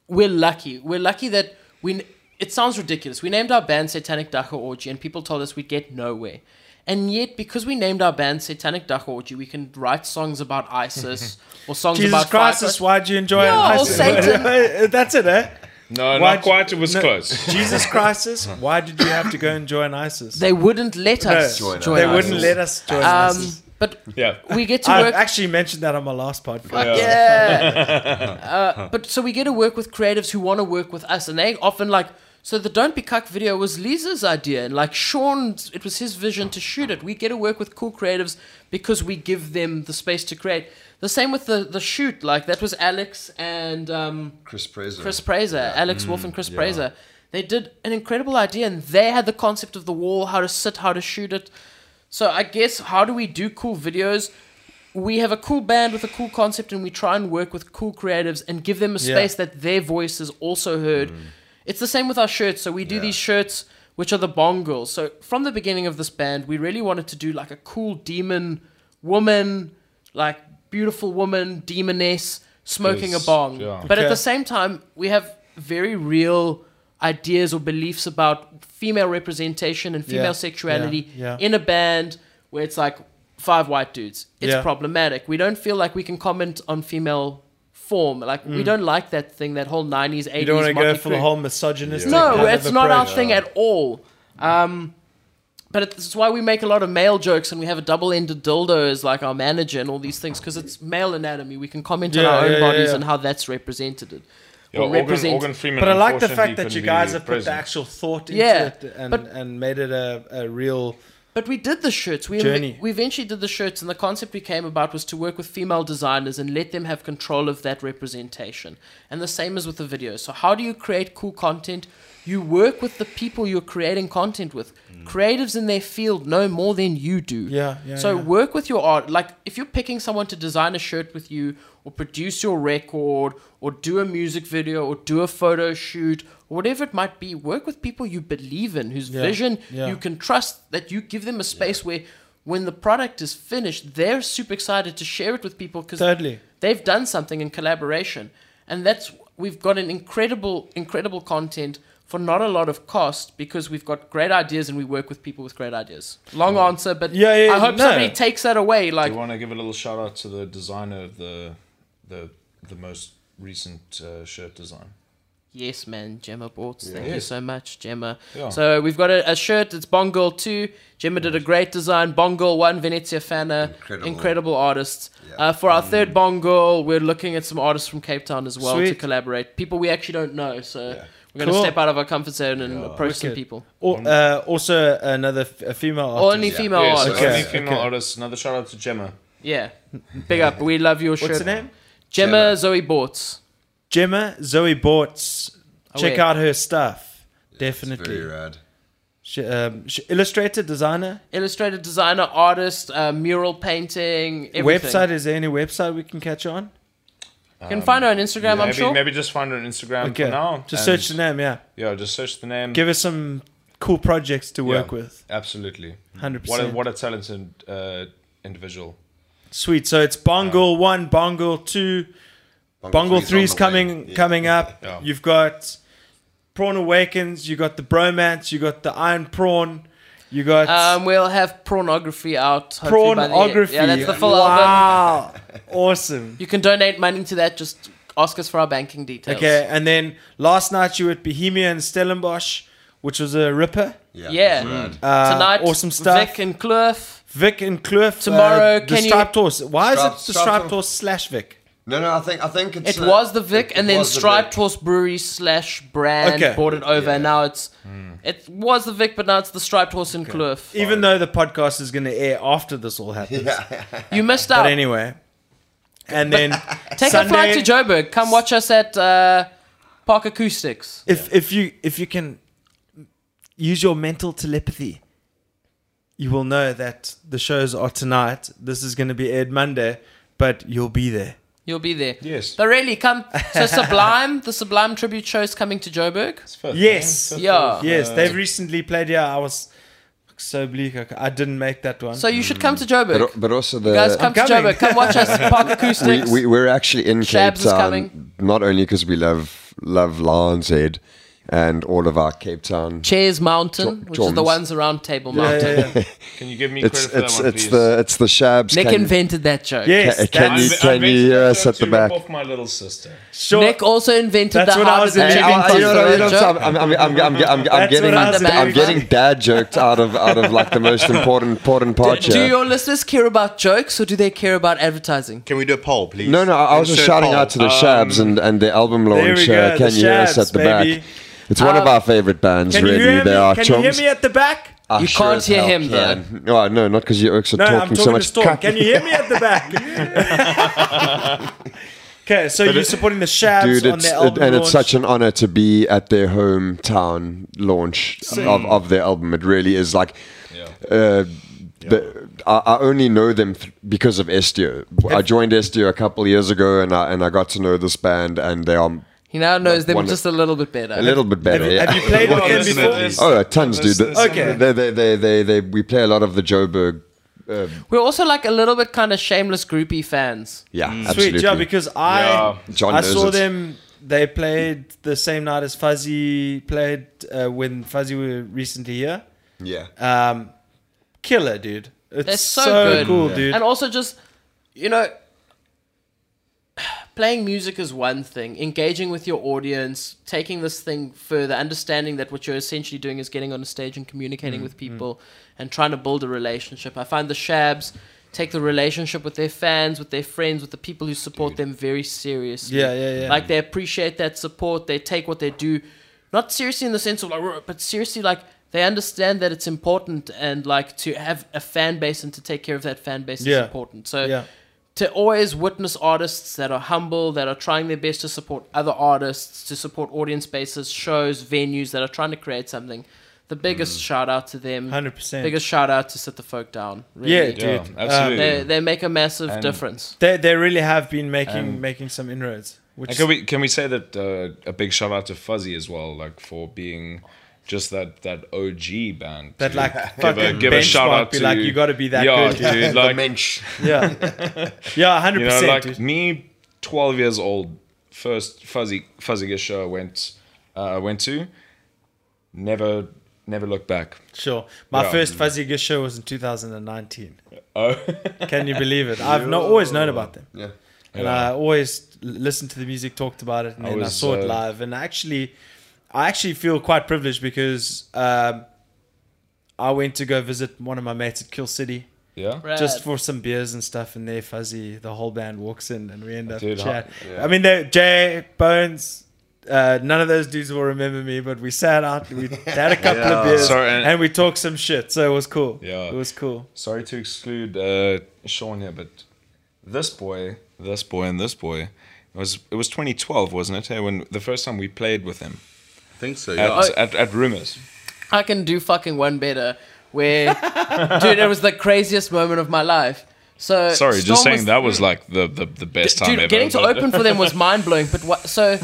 B: we're lucky. We're lucky that we. It sounds ridiculous. We named our band Satanic Dacha Orgy, and people told us we'd get nowhere. And yet, because we named our band Satanic Dacha Orgy, we can write songs about ISIS or songs
A: Jesus
B: about
A: Christ,
B: Fifo-
A: why'd you enjoy
B: No,
A: it?
B: Satan.
A: That's it, eh?
C: No,
A: Why'd
C: not quite. It was
A: no,
C: close.
A: Jesus Christ, why did you have to go and join ISIS?
B: They wouldn't let
A: No,
B: us
A: they
B: join. ISIS.
A: wouldn't let us join
B: Um,
A: ISIS.
B: but
C: Yeah.
B: we get to
A: I
B: work.
A: actually mentioned that on my last podcast.
B: yeah. uh, but so we get to work with creatives who want to work with us, and they often like. So the Don't Be Cuck video was Lisa's idea, and like Sean's, it was his vision to shoot it. We get to work with cool creatives because we give them the space to create. The same with the the shoot, like that was Alex and um,
D: Chris Prezo.
B: Chris Prazer, Alex
C: Mm,
B: Wolf and Chris Prazer. They did an incredible idea and they had the concept of the wall, how to sit, how to shoot it. So I guess how do we do cool videos? We have a cool band with a cool concept and we try and work with cool creatives and give them a
A: Yeah.
C: Mm.
B: space that their voice is also heard. It's the same with our shirts. So we do these shirts which are the Bong Girls. So from the beginning of this band, we really wanted to do like a cool demon woman, like beautiful woman, demoness smoking a
C: Yes,
B: bong.
C: yeah.
B: But at
A: Okay.
B: the same time, we have very real ideas or beliefs about female representation and female
A: Yeah,
B: sexuality
A: yeah, yeah.
B: in a band where it's like five white dudes. It's
A: Yeah.
B: problematic. We don't feel like we can comment on female form. Like we don't like that thing, that whole nineties, eighties.
A: Mm. You don't want to go for the whole misogynistic.
B: No,
A: kind of
B: it's not our
A: approach.
B: thing at all. Um, but it's it's why we make a lot of male jokes and we have a double-ended dildo as like our manager and all these things because it's male anatomy. We can comment on
A: Yeah,
B: our own
A: yeah, yeah,
B: bodies
A: yeah.
B: and how that's represented.
C: Yeah, Organ- Organ Freeman,
A: But I like the
C: unfortunately,
A: fact that you
C: couldn't
A: guys
C: be
A: have put the
C: present.
A: actual thought into
B: Yeah,
A: it and,
B: but-
A: and made it a, a real.
B: But we did the shirts. We,
A: Journey.
B: we eventually did the shirts, and the concept we came about was to work with female designers and let them have control of that representation. And the same as with the video. So, how do you create cool content? You work with the people you're creating content with. Creatives in their field know more than you do.
A: Mm. Yeah, yeah,
B: So,
A: yeah.
B: work with your art. Like, if you're picking someone to design a shirt with you, or produce your record, or do a music video, or do a photo shoot, or whatever it might be, work with people you believe in, whose
A: Yeah,
B: vision
A: yeah.
B: you can trust that you give them a space where when the product is finished they're super excited to share it with people because
A: Totally.
B: they've done something in collaboration and that's we've got an incredible incredible content for not a lot of cost because we've got great ideas and we work with people with great ideas long answer but
A: Yeah, yeah,
B: i hope
A: no.
B: somebody takes that away like
C: I want to give a little shout out to the designer of the the the most recent uh, shirt design.
B: Yes, man, Gemma Bortz. Thank you
C: Yes.
B: so much, Gemma.
C: Yeah.
B: So we've got a, a shirt. It's Bong Girl 2. Gemma did a great design. Bong Girl 1, Venezia Fana. Incredible,
D: Incredible.
B: artists. Uh, for our third Bong Girl, we're looking at some artists from Cape Town as well to
A: Sweet.
B: collaborate. People we actually don't know. So we're going to
A: Cool.
B: step out of our comfort zone and approach some
A: Wicked.
B: people.
A: Or, uh, also, another f- a female artist.
B: Only female
C: Yes,
B: artists.
A: Oh, okay.
C: only female artist. Another shout out to Gemma.
B: Yeah. Big up. We love your shirt.
A: What's her name?
B: Gemma, Zoe Bortz.
A: Gemma Zoe Bortz. Check
B: Oh, wait.
A: out her stuff.
D: It's
A: Definitely.
D: very rad.
A: She, um, she, illustrator, designer.
B: Illustrator, designer, artist, uh, mural painting, everything.
A: Website. Is there any website we can catch on?
B: You can find her on Instagram, I'm
C: maybe,
B: sure.
C: maybe just find her on Instagram
A: Okay.
C: for now.
A: Just
C: and-
A: search the name. Yeah.
C: Yeah, just search the name.
A: Give us some cool projects to
C: Yeah,
A: work with.
C: Absolutely.
A: 100%.
C: What a, what a talented uh, individual.
A: Sweet. So it's Bongle one, Bongle two, Bongle
D: on
A: three is
D: the way.
A: coming
D: Yeah.
A: coming up.
C: Yeah.
A: You've got Prawn Awakens. You got the Bromance. You got the Iron Prawn. You got
B: Um, we'll have pornography out. hopefully by the end.
A: Prawnography.
B: Yeah, that's the full album.
A: Wow, awesome.
B: You can donate money to that. Just ask us for our banking details.
A: Okay, and then last night you were at Bohemia and Stellenbosch, which was a ripper.
D: Yeah.
B: Yeah.
A: Uh,
B: Tonight,
A: awesome stuff.
B: Vic and Kloof.
A: Vic and Kloof. uh,
B: Tomorrow,
A: the
B: can you-
A: Striped Horse. Why
D: Striped-
A: is it the
D: Striped
A: Striped
D: Horse.
A: Horse slash Vic?
D: No, no. I think I think it's,
B: It
D: uh,
B: was the Vic,
D: it-
B: and
D: it
B: then
D: was the
B: Striped
D: Vic.
B: Horse Brewery slash brand
A: Okay. Mm.
B: bought it over, and
D: Yeah.
B: now it's it was the Vic, but now it's the Striped Horse and Kloof.
A: Even though the podcast is going to air after this all happens.
D: Yeah.
B: You missed out.
A: But anyway, and then
B: Take
A: Sunday,
B: a flight to Joburg. Come watch us at uh, Park Acoustics.
A: If if you if you can use your mental telepathy, you will know that the shows are tonight. This is going to be aired Monday, but you'll be there.
B: You'll be there.
C: Yes.
B: But really, come. So Sublime, the Sublime tribute show is coming to Joburg.
C: It's fifth,
A: Yes.
C: eh? Fifth
B: Yeah.
C: of,
A: Yes,
C: uh,
A: they've recently played here. I was so bleak. I c- I didn't make that one.
B: So you should come to Joburg.
D: But, uh, but also the
B: Guys, come to
A: coming.
B: Joburg. Come watch us Park
D: we,
B: Acoustics.
D: we we're actually in
B: Shabs is
D: Cape
B: coming.
D: Town not only because we love love Lions Head and all of our Cape Town.
B: Chairs Mountain,
D: Tor-
B: which is the
D: Torms.
B: ones around Table
A: yeah,
B: Mountain.
A: yeah, yeah.
C: Can you give me
D: It's
C: credit for
D: it's
C: that one,
D: it's
C: please?
D: the it's the Shabs.
B: Nick
D: can,
B: invented that joke.
A: yes,
D: Can- can
A: that's-
D: you-
C: I'm-
D: can
C: I'm
D: you hear us
C: basically
D: at the
C: trying to
D: back?
C: rip off my little sister.
A: sure.
B: Nick also invented
A: That's
B: the
A: what I
B: hard
A: was in
D: Hey,
B: chicken
A: Chicken
D: I- I- you know what- you know
B: pasta
D: what
B: joke.
D: I'm I'm- I'm- I'm- I'm- I'm- I'm
A: That's
D: getting
A: what I was
D: I'm
A: doing.
D: getting dad joked out of out of like the most important important part
B: Do
D: here.
B: your listeners care about jokes or do they care about advertising?
E: Can we do a poll, please?
D: No, no, I I was just
E: Insert
D: shouting
E: poll.
D: out to the Shabs and, and the album launch.
A: we
D: uh,
A: go,
D: can
A: the
D: you hear us
A: Shabs,
D: at the
A: baby. Um,
D: back? It's one of our favorite bands,
A: Can you
D: really.
A: hear me?
D: They are
A: Can you hear
D: chums.
A: me at the back?
D: I
B: You can't
D: as
B: hear
D: hell
B: him,
D: can. Oh, no, not because you're also
A: No, I'm
D: talking
A: talking
D: so
A: to
D: much.
A: Storm.
D: cuck.
A: Can you hear me at the back? okay, so you're supporting the Shabs
D: Dude,
A: on
D: it's,
A: their
D: it,
A: album
D: and it's
A: launch.
D: such an honor to be at their hometown launch of, of their album. It really is like. Uh, the, I, I only know them th- because of Estio. I joined Estio a couple years ago, and I and I got to know this band, and they are
B: He now knows them
D: Wonder-
B: just a little bit better.
D: A little bit better.
A: Have you- have you
D: yeah.
A: played with him
C: Listen to
A: before?
C: this.
D: Oh, no, tons, dude.
C: Listen to
A: Okay.
D: They, they, they, they, they, we play a lot of the Joburg. Uh,
B: We're also like a little bit kind of shameless groupie fans.
D: yeah,
A: Mm.
D: absolutely.
A: Sweet, yeah, because I
C: Yeah.
A: I
D: John knows
A: saw
D: it.
A: them. They played the same night as Fuzzy played uh, when Fuzzy were recently here.
D: yeah.
A: Um, killer, dude. It's
B: They're so
A: so,
B: good.
A: cool, dude.
B: And also just, you know, playing music is one thing. Engaging with your audience, taking this thing further, understanding that what you're essentially doing is getting on a stage and
A: Mm,
B: communicating with people and trying to build a relationship. I find the Shabs take the relationship with their fans, with their friends, with the people who support them very seriously.
A: Yeah, yeah, yeah.
B: Like they appreciate that support. They take what they do, not seriously in the sense of like, "Ruh," but seriously like they understand that it's important and like to have a fan base and to take care of that fan base is
A: Yeah.
B: important. So
A: Yeah.
B: to always witness artists that are humble, that are trying their best to support other artists, to support audience bases, shows, venues that are trying to create something. The biggest shout out to them.
A: 100%.
B: Biggest shout out to Sit the Folk Down. Really.
A: yeah, dude.
C: Yeah,
A: Um,
C: absolutely.
B: They, they make a massive difference.
A: they they really have been making making some inroads. Which
C: Um, And can we can we say that uh, a big shout out to Fuzzy as well, like for being just that that OG band.
A: that
C: to
A: like fucking
C: give a shout out
A: be
C: to
A: like you got to be that
C: yeah,
A: good, dude.
C: dude. Like
D: mensch.
A: yeah, yeah, hundred
C: you know,
A: percent,
C: like
A: dude.
C: me, twelve years old, first Fuzzy Fuzzy show I went uh, I went to, never never looked back.
A: Sure, my
C: Yeah.
A: first Fuzzy Gish show was in 2019.
C: Oh,
A: Can you believe it? I've not always known about them.
D: Yeah.
A: and
C: Yeah.
A: I always l- listened to the music, talked about it, and
C: I
A: then I
C: was,
A: saw it
C: uh,
A: live. And actually, I actually feel quite privileged because um, I went to go visit one of my mates at Kill City
C: yeah.
A: just
B: Brad.
A: for some beers and stuff. And there, Fuzzy, the whole band walks in, and we end up
C: Dude, I-
A: chatting. I mean, they- Jay Bones. Uh, none of those dudes will remember me, but we sat out, we had a couple of beers,
C: Sorry,
A: and,
C: and-
A: we talked some shit. So it was cool.
C: Yeah.
A: it was cool.
C: Sorry to exclude uh, Sean here, but this boy, this boy, and this boy. It was it was 2012, wasn't it? Hey, when the first time we played with him
E: I think so.
C: at
E: Yeah.
C: at, at Rumors.
B: I can do fucking one better. Where, dude, it was the craziest moment of my life. So
C: Sorry,
B: Uh, Storm
C: just saying
B: was- Hmm.
C: that was like the, the, the best time
B: dude,
C: ever.
B: getting to
C: but-
B: open for them was mind blowing. But what? So,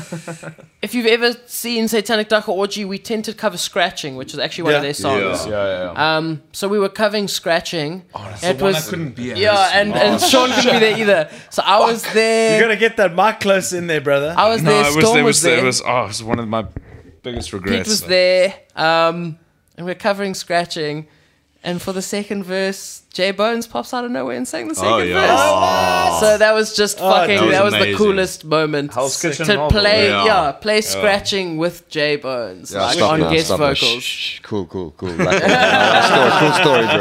B: if you've ever seen Satanic Dacha Orgy, we tend to cover scratching, which is actually one of
A: Yeah.
B: their songs.
C: Yeah, yeah,
A: uh,
C: yeah.
B: Um, so we were covering scratching.
A: Oh,
B: it was
C: be at.
B: yeah, and, and Sean couldn't be there either. So I was
A: You
B: there.
A: gotta get that mic close in there, brother.
B: I was
C: No,
B: there.
C: it was,
B: Storm
C: it
B: was
C: was,
B: there.
C: it was, oh, it was one of my biggest regrets.
B: Pete was there, um, and we're covering scratching. And for the second verse, Jay Bones pops out of nowhere and
D: Oh,
B: sang the second
E: Oh, yeah.
B: verse. So that was just fucking.
A: that
B: That
E: was
B: was, the
E: amazing.
B: coolest moment
C: Hell's
B: to
C: Kitchen Marvel.
B: play.
E: Yeah.
B: Yeah, play scratching with Jay Bones like,
D: stop
B: on
D: now,
B: guest
D: stop now. Shh,
B: vocals.
D: shh, cool, cool, cool. Like, uh,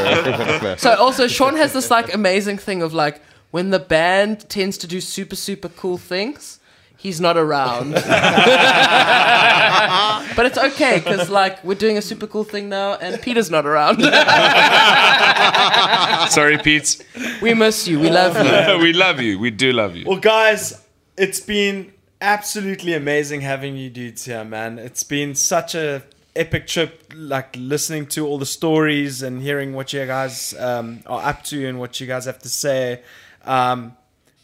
D: cool story, bro.
B: So also, Sean has this like amazing thing of like when the band tends to do super super cool things. He's not around, but it's okay because like we're doing a super cool thing now, and Peter's not around.
C: Sorry, Pete.
B: We miss you. We love you.
C: we love you. We do love you.
A: Well, guys, it's been absolutely amazing having you dudes here, man. It's been such a epic trip, like listening to all the stories and hearing what you guys um, are up to and what you guys have to say. Um,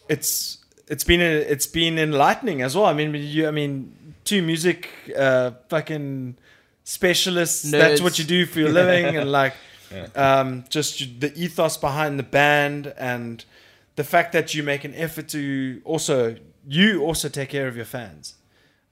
A: it's it's been it's been enlightening as well. I mean, you, I mean, two music uh, fucking specialists. That's
B: Nerds.
A: what you do for your living, and like um, just the ethos behind the band and the fact that you make an effort to also you also take care of your fans.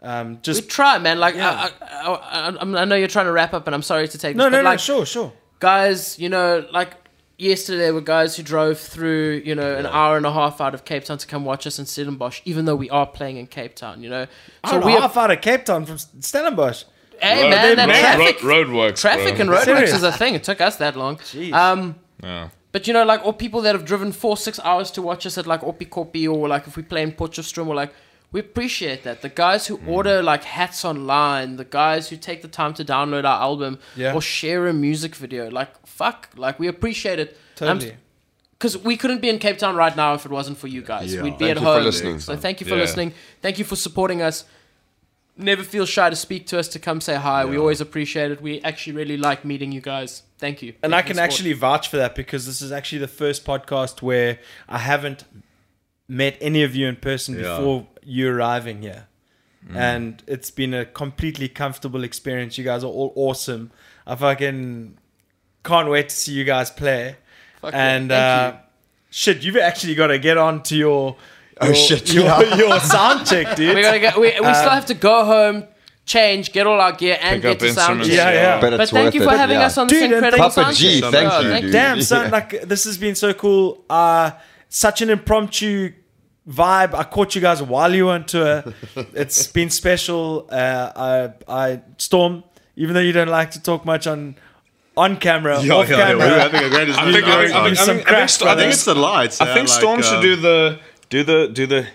A: Um,
B: We
A: just
B: try, man. Like
A: Yeah.
B: I, I, I, I'm- I, know you're trying to wrap up, and I'm sorry to take.
A: no,
B: this,
A: no,
B: but
A: no,
B: like,
A: sure, sure.
B: guys, you know, like yesterday were guys who drove through, you know, an hour and a half out of Cape Town to come watch us in Stellenbosch, even though we are playing in Cape Town, you know. So
A: So
B: we
A: we
B: are,
A: half out of Cape Town from Stellenbosch.
B: hey
C: Road-
B: man, that
C: road-
B: traffic,
C: road- roadworks,
B: traffic
C: bro.
B: and roadworks
A: Serious.
B: is a thing. It took us that long. Um,
C: Yeah.
B: But you know, like, or people that have driven four, six hours to watch us at like Opikopi, or like if we play in Potchefstroom, or like, we appreciate that. The guys
A: Hmm.
B: who order like hats online, the guys who take the time to download our album
A: Yeah.
B: or share a music video, like, fuck, like, we appreciate it. I'm-
A: Totally.
B: because we couldn't be in Cape Town right now if it wasn't for you guys. We'd be
D: Thank
B: at
D: you for
B: home.
D: listening.
B: So thank you for
C: Yeah.
B: listening. Thank you for supporting us. Never feel shy to speak to us to come say hi. We always appreciate it. We actually really like meeting you guys. Thank you.
A: and I can
B: Thank you for the support.
A: actually vouch for that because this is actually the first podcast where I haven't met any of you in person
E: Yeah.
A: before you arriving here. and it's been a completely comfortable experience. You guys are all awesome. I fucking can't wait to see you guys play.
B: Fuck yeah,
A: and
B: thank
A: uh, shit, you've actually got to get on to your.
D: Oh,
A: your-
D: shit,
A: Your,
D: yeah.
A: your sound check, dude.
B: We gotta go. We, we still have to go home, change, get all our gear, and
C: Pick up
B: get to sound
C: instruments.
A: Yeah,
B: check.
A: yeah.
D: But
B: But
D: it's
B: thank
D: worth
B: you
D: it.
B: for having
D: Yeah.
B: us on
A: Dude,
B: this
A: and
B: incredible
A: thank-
D: Papa
B: sound
D: G,
B: check.
D: thank
B: Oh,
D: you, dude.
A: Damn, son,
D: Yeah.
A: like this has been so cool. Uh such an impromptu vibe. I caught you guys while you were on tour. it's been special. Uh I I Storm, even though you don't like to talk much on on camera, off camera.
E: We're having a great
C: I think, I think, I think,
A: Some
C: I think,
A: cracks,
C: Sto- I
E: uh, I
C: think
E: think it's the lights. uh, um,
C: I think Storm should do the do the do the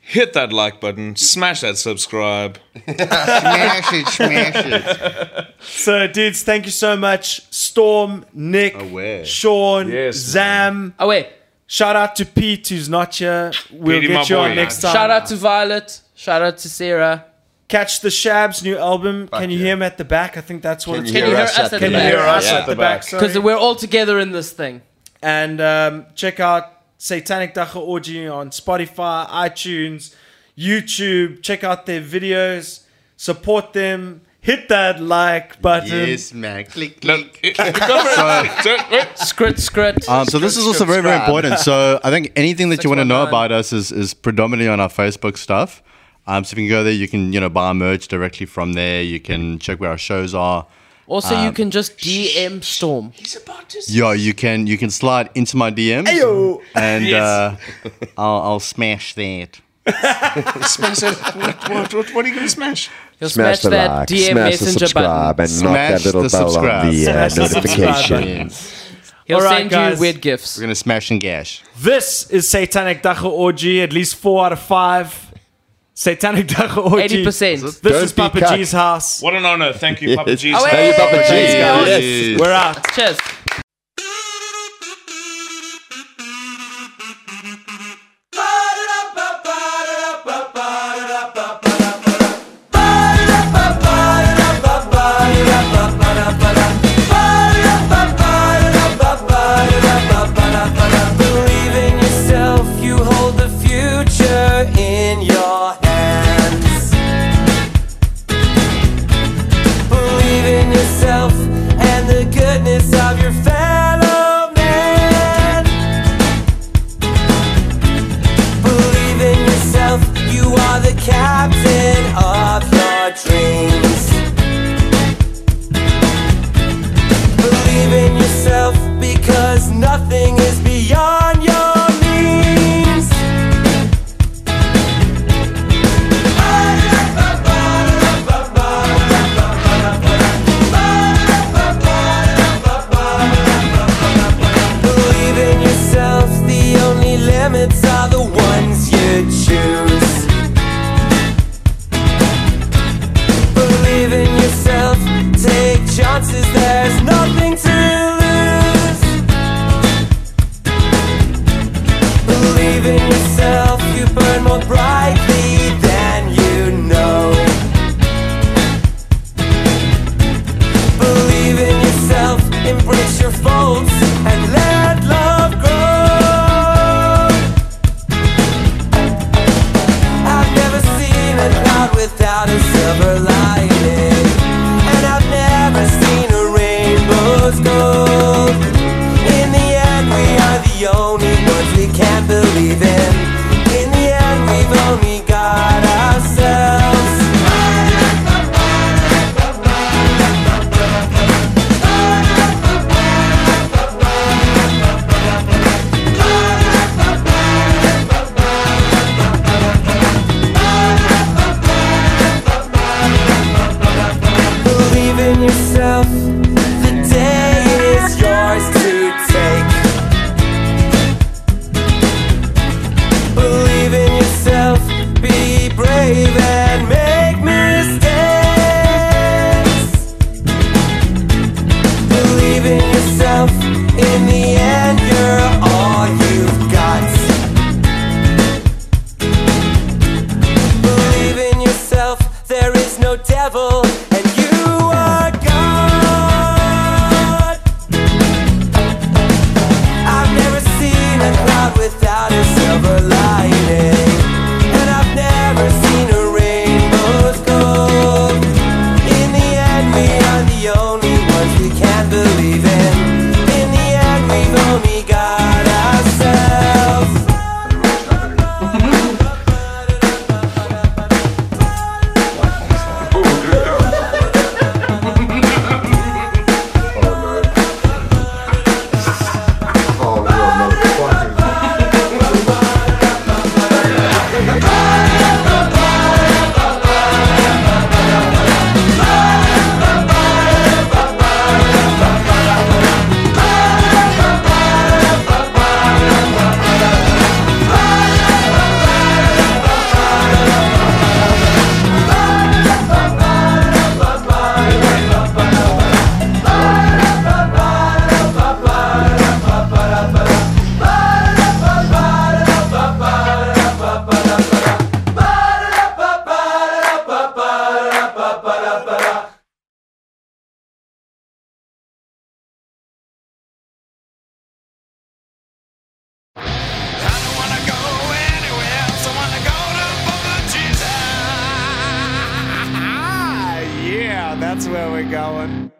C: hit that like button, smash that subscribe.
E: Smash it, smash it.
A: So dudes, thank you so much. Storm, Nick,
E: Aware.
A: Sean,
C: Yes,
A: Zam.
B: Oh wait!
A: Shout out to Pete who's not here. We'll
C: Petey, my
A: get you
C: boy.
A: on next time.
B: Shout out to Violet. Shout out to Sarah.
A: Catch the Shab's new album. Can you
D: yeah.
A: hear him at the back? I think that's what
D: Can
A: it's
D: you
A: called.
D: hear us at the
A: Can you
D: back?
A: hear us
D: Yeah.
A: at the back?
B: Because
A: sorry.
B: we're all together in this thing.
A: and um, check out Satanic Dacha Orgy on Spotify, iTunes, YouTube. Check out their videos, support them, hit that like button.
E: Yes, man. Click,
C: No,
E: click.
C: it- it- so- wait,
B: Scrit, scrit.
E: Um, so this is also very, very important. So I think anything that you want to know about us is, is predominantly on our Facebook stuff. Um, so if you can go there, you can you know buy merch directly from there. You can check where our shows are.
B: also, you can just DM Storm.
E: Yo, you can you can slide into my DMs
A: Ayo.
E: and uh, I'll, I'll smash that.
C: smash that- what, what, what, what are you gonna smash?
B: You'll
D: Smash,
B: smash,
D: the
B: that
D: like,
B: DM
D: smash the
B: messenger
D: subscribe,
B: button.
D: and knock
E: Smash
D: that little
E: the
D: bell
E: subscribe.
D: on the uh,
A: Smash the subscribe
D: notification.
B: He'll
A: All right,
B: send
A: guys.
B: you weird gifts.
E: We're gonna smash and gash.
A: This is Satanic Dacha Orgy, at least four out of five. Satanic Dacha Orgy.
B: 80%.
A: This
D: Don't
A: is
D: be
A: Papa
D: cuck.
A: G's house.
C: What an honor! Thank you, Papa G's.
B: Oh,
D: Hey,
B: wait.
D: Papa G,
A: Yes.
D: yes.
A: We're out.
B: Cheers.
F: Believe in yourself, you hold the future in your hands. Believe in yourself and the goodness of your fellow man. Believe in yourself, you are the captain of your dreams. Believe in yourself because nothing is beyond your means. Believe in yourself, the only limits are the ones you choose. Believe in yourself, take chances, there's nothing to lose. Believe in yourself, you burn more brightly than you know. Believe in yourself, embrace your faults, and let love grow. I've never seen a cloud without a silver lining. And I've never seen a rainbow's gold. In the end, we are the only ones we can't believe in. In the end, we've only got ourselves. Believe in yourself, the day is yours to take.
D: Oh,
G: That's where we're going.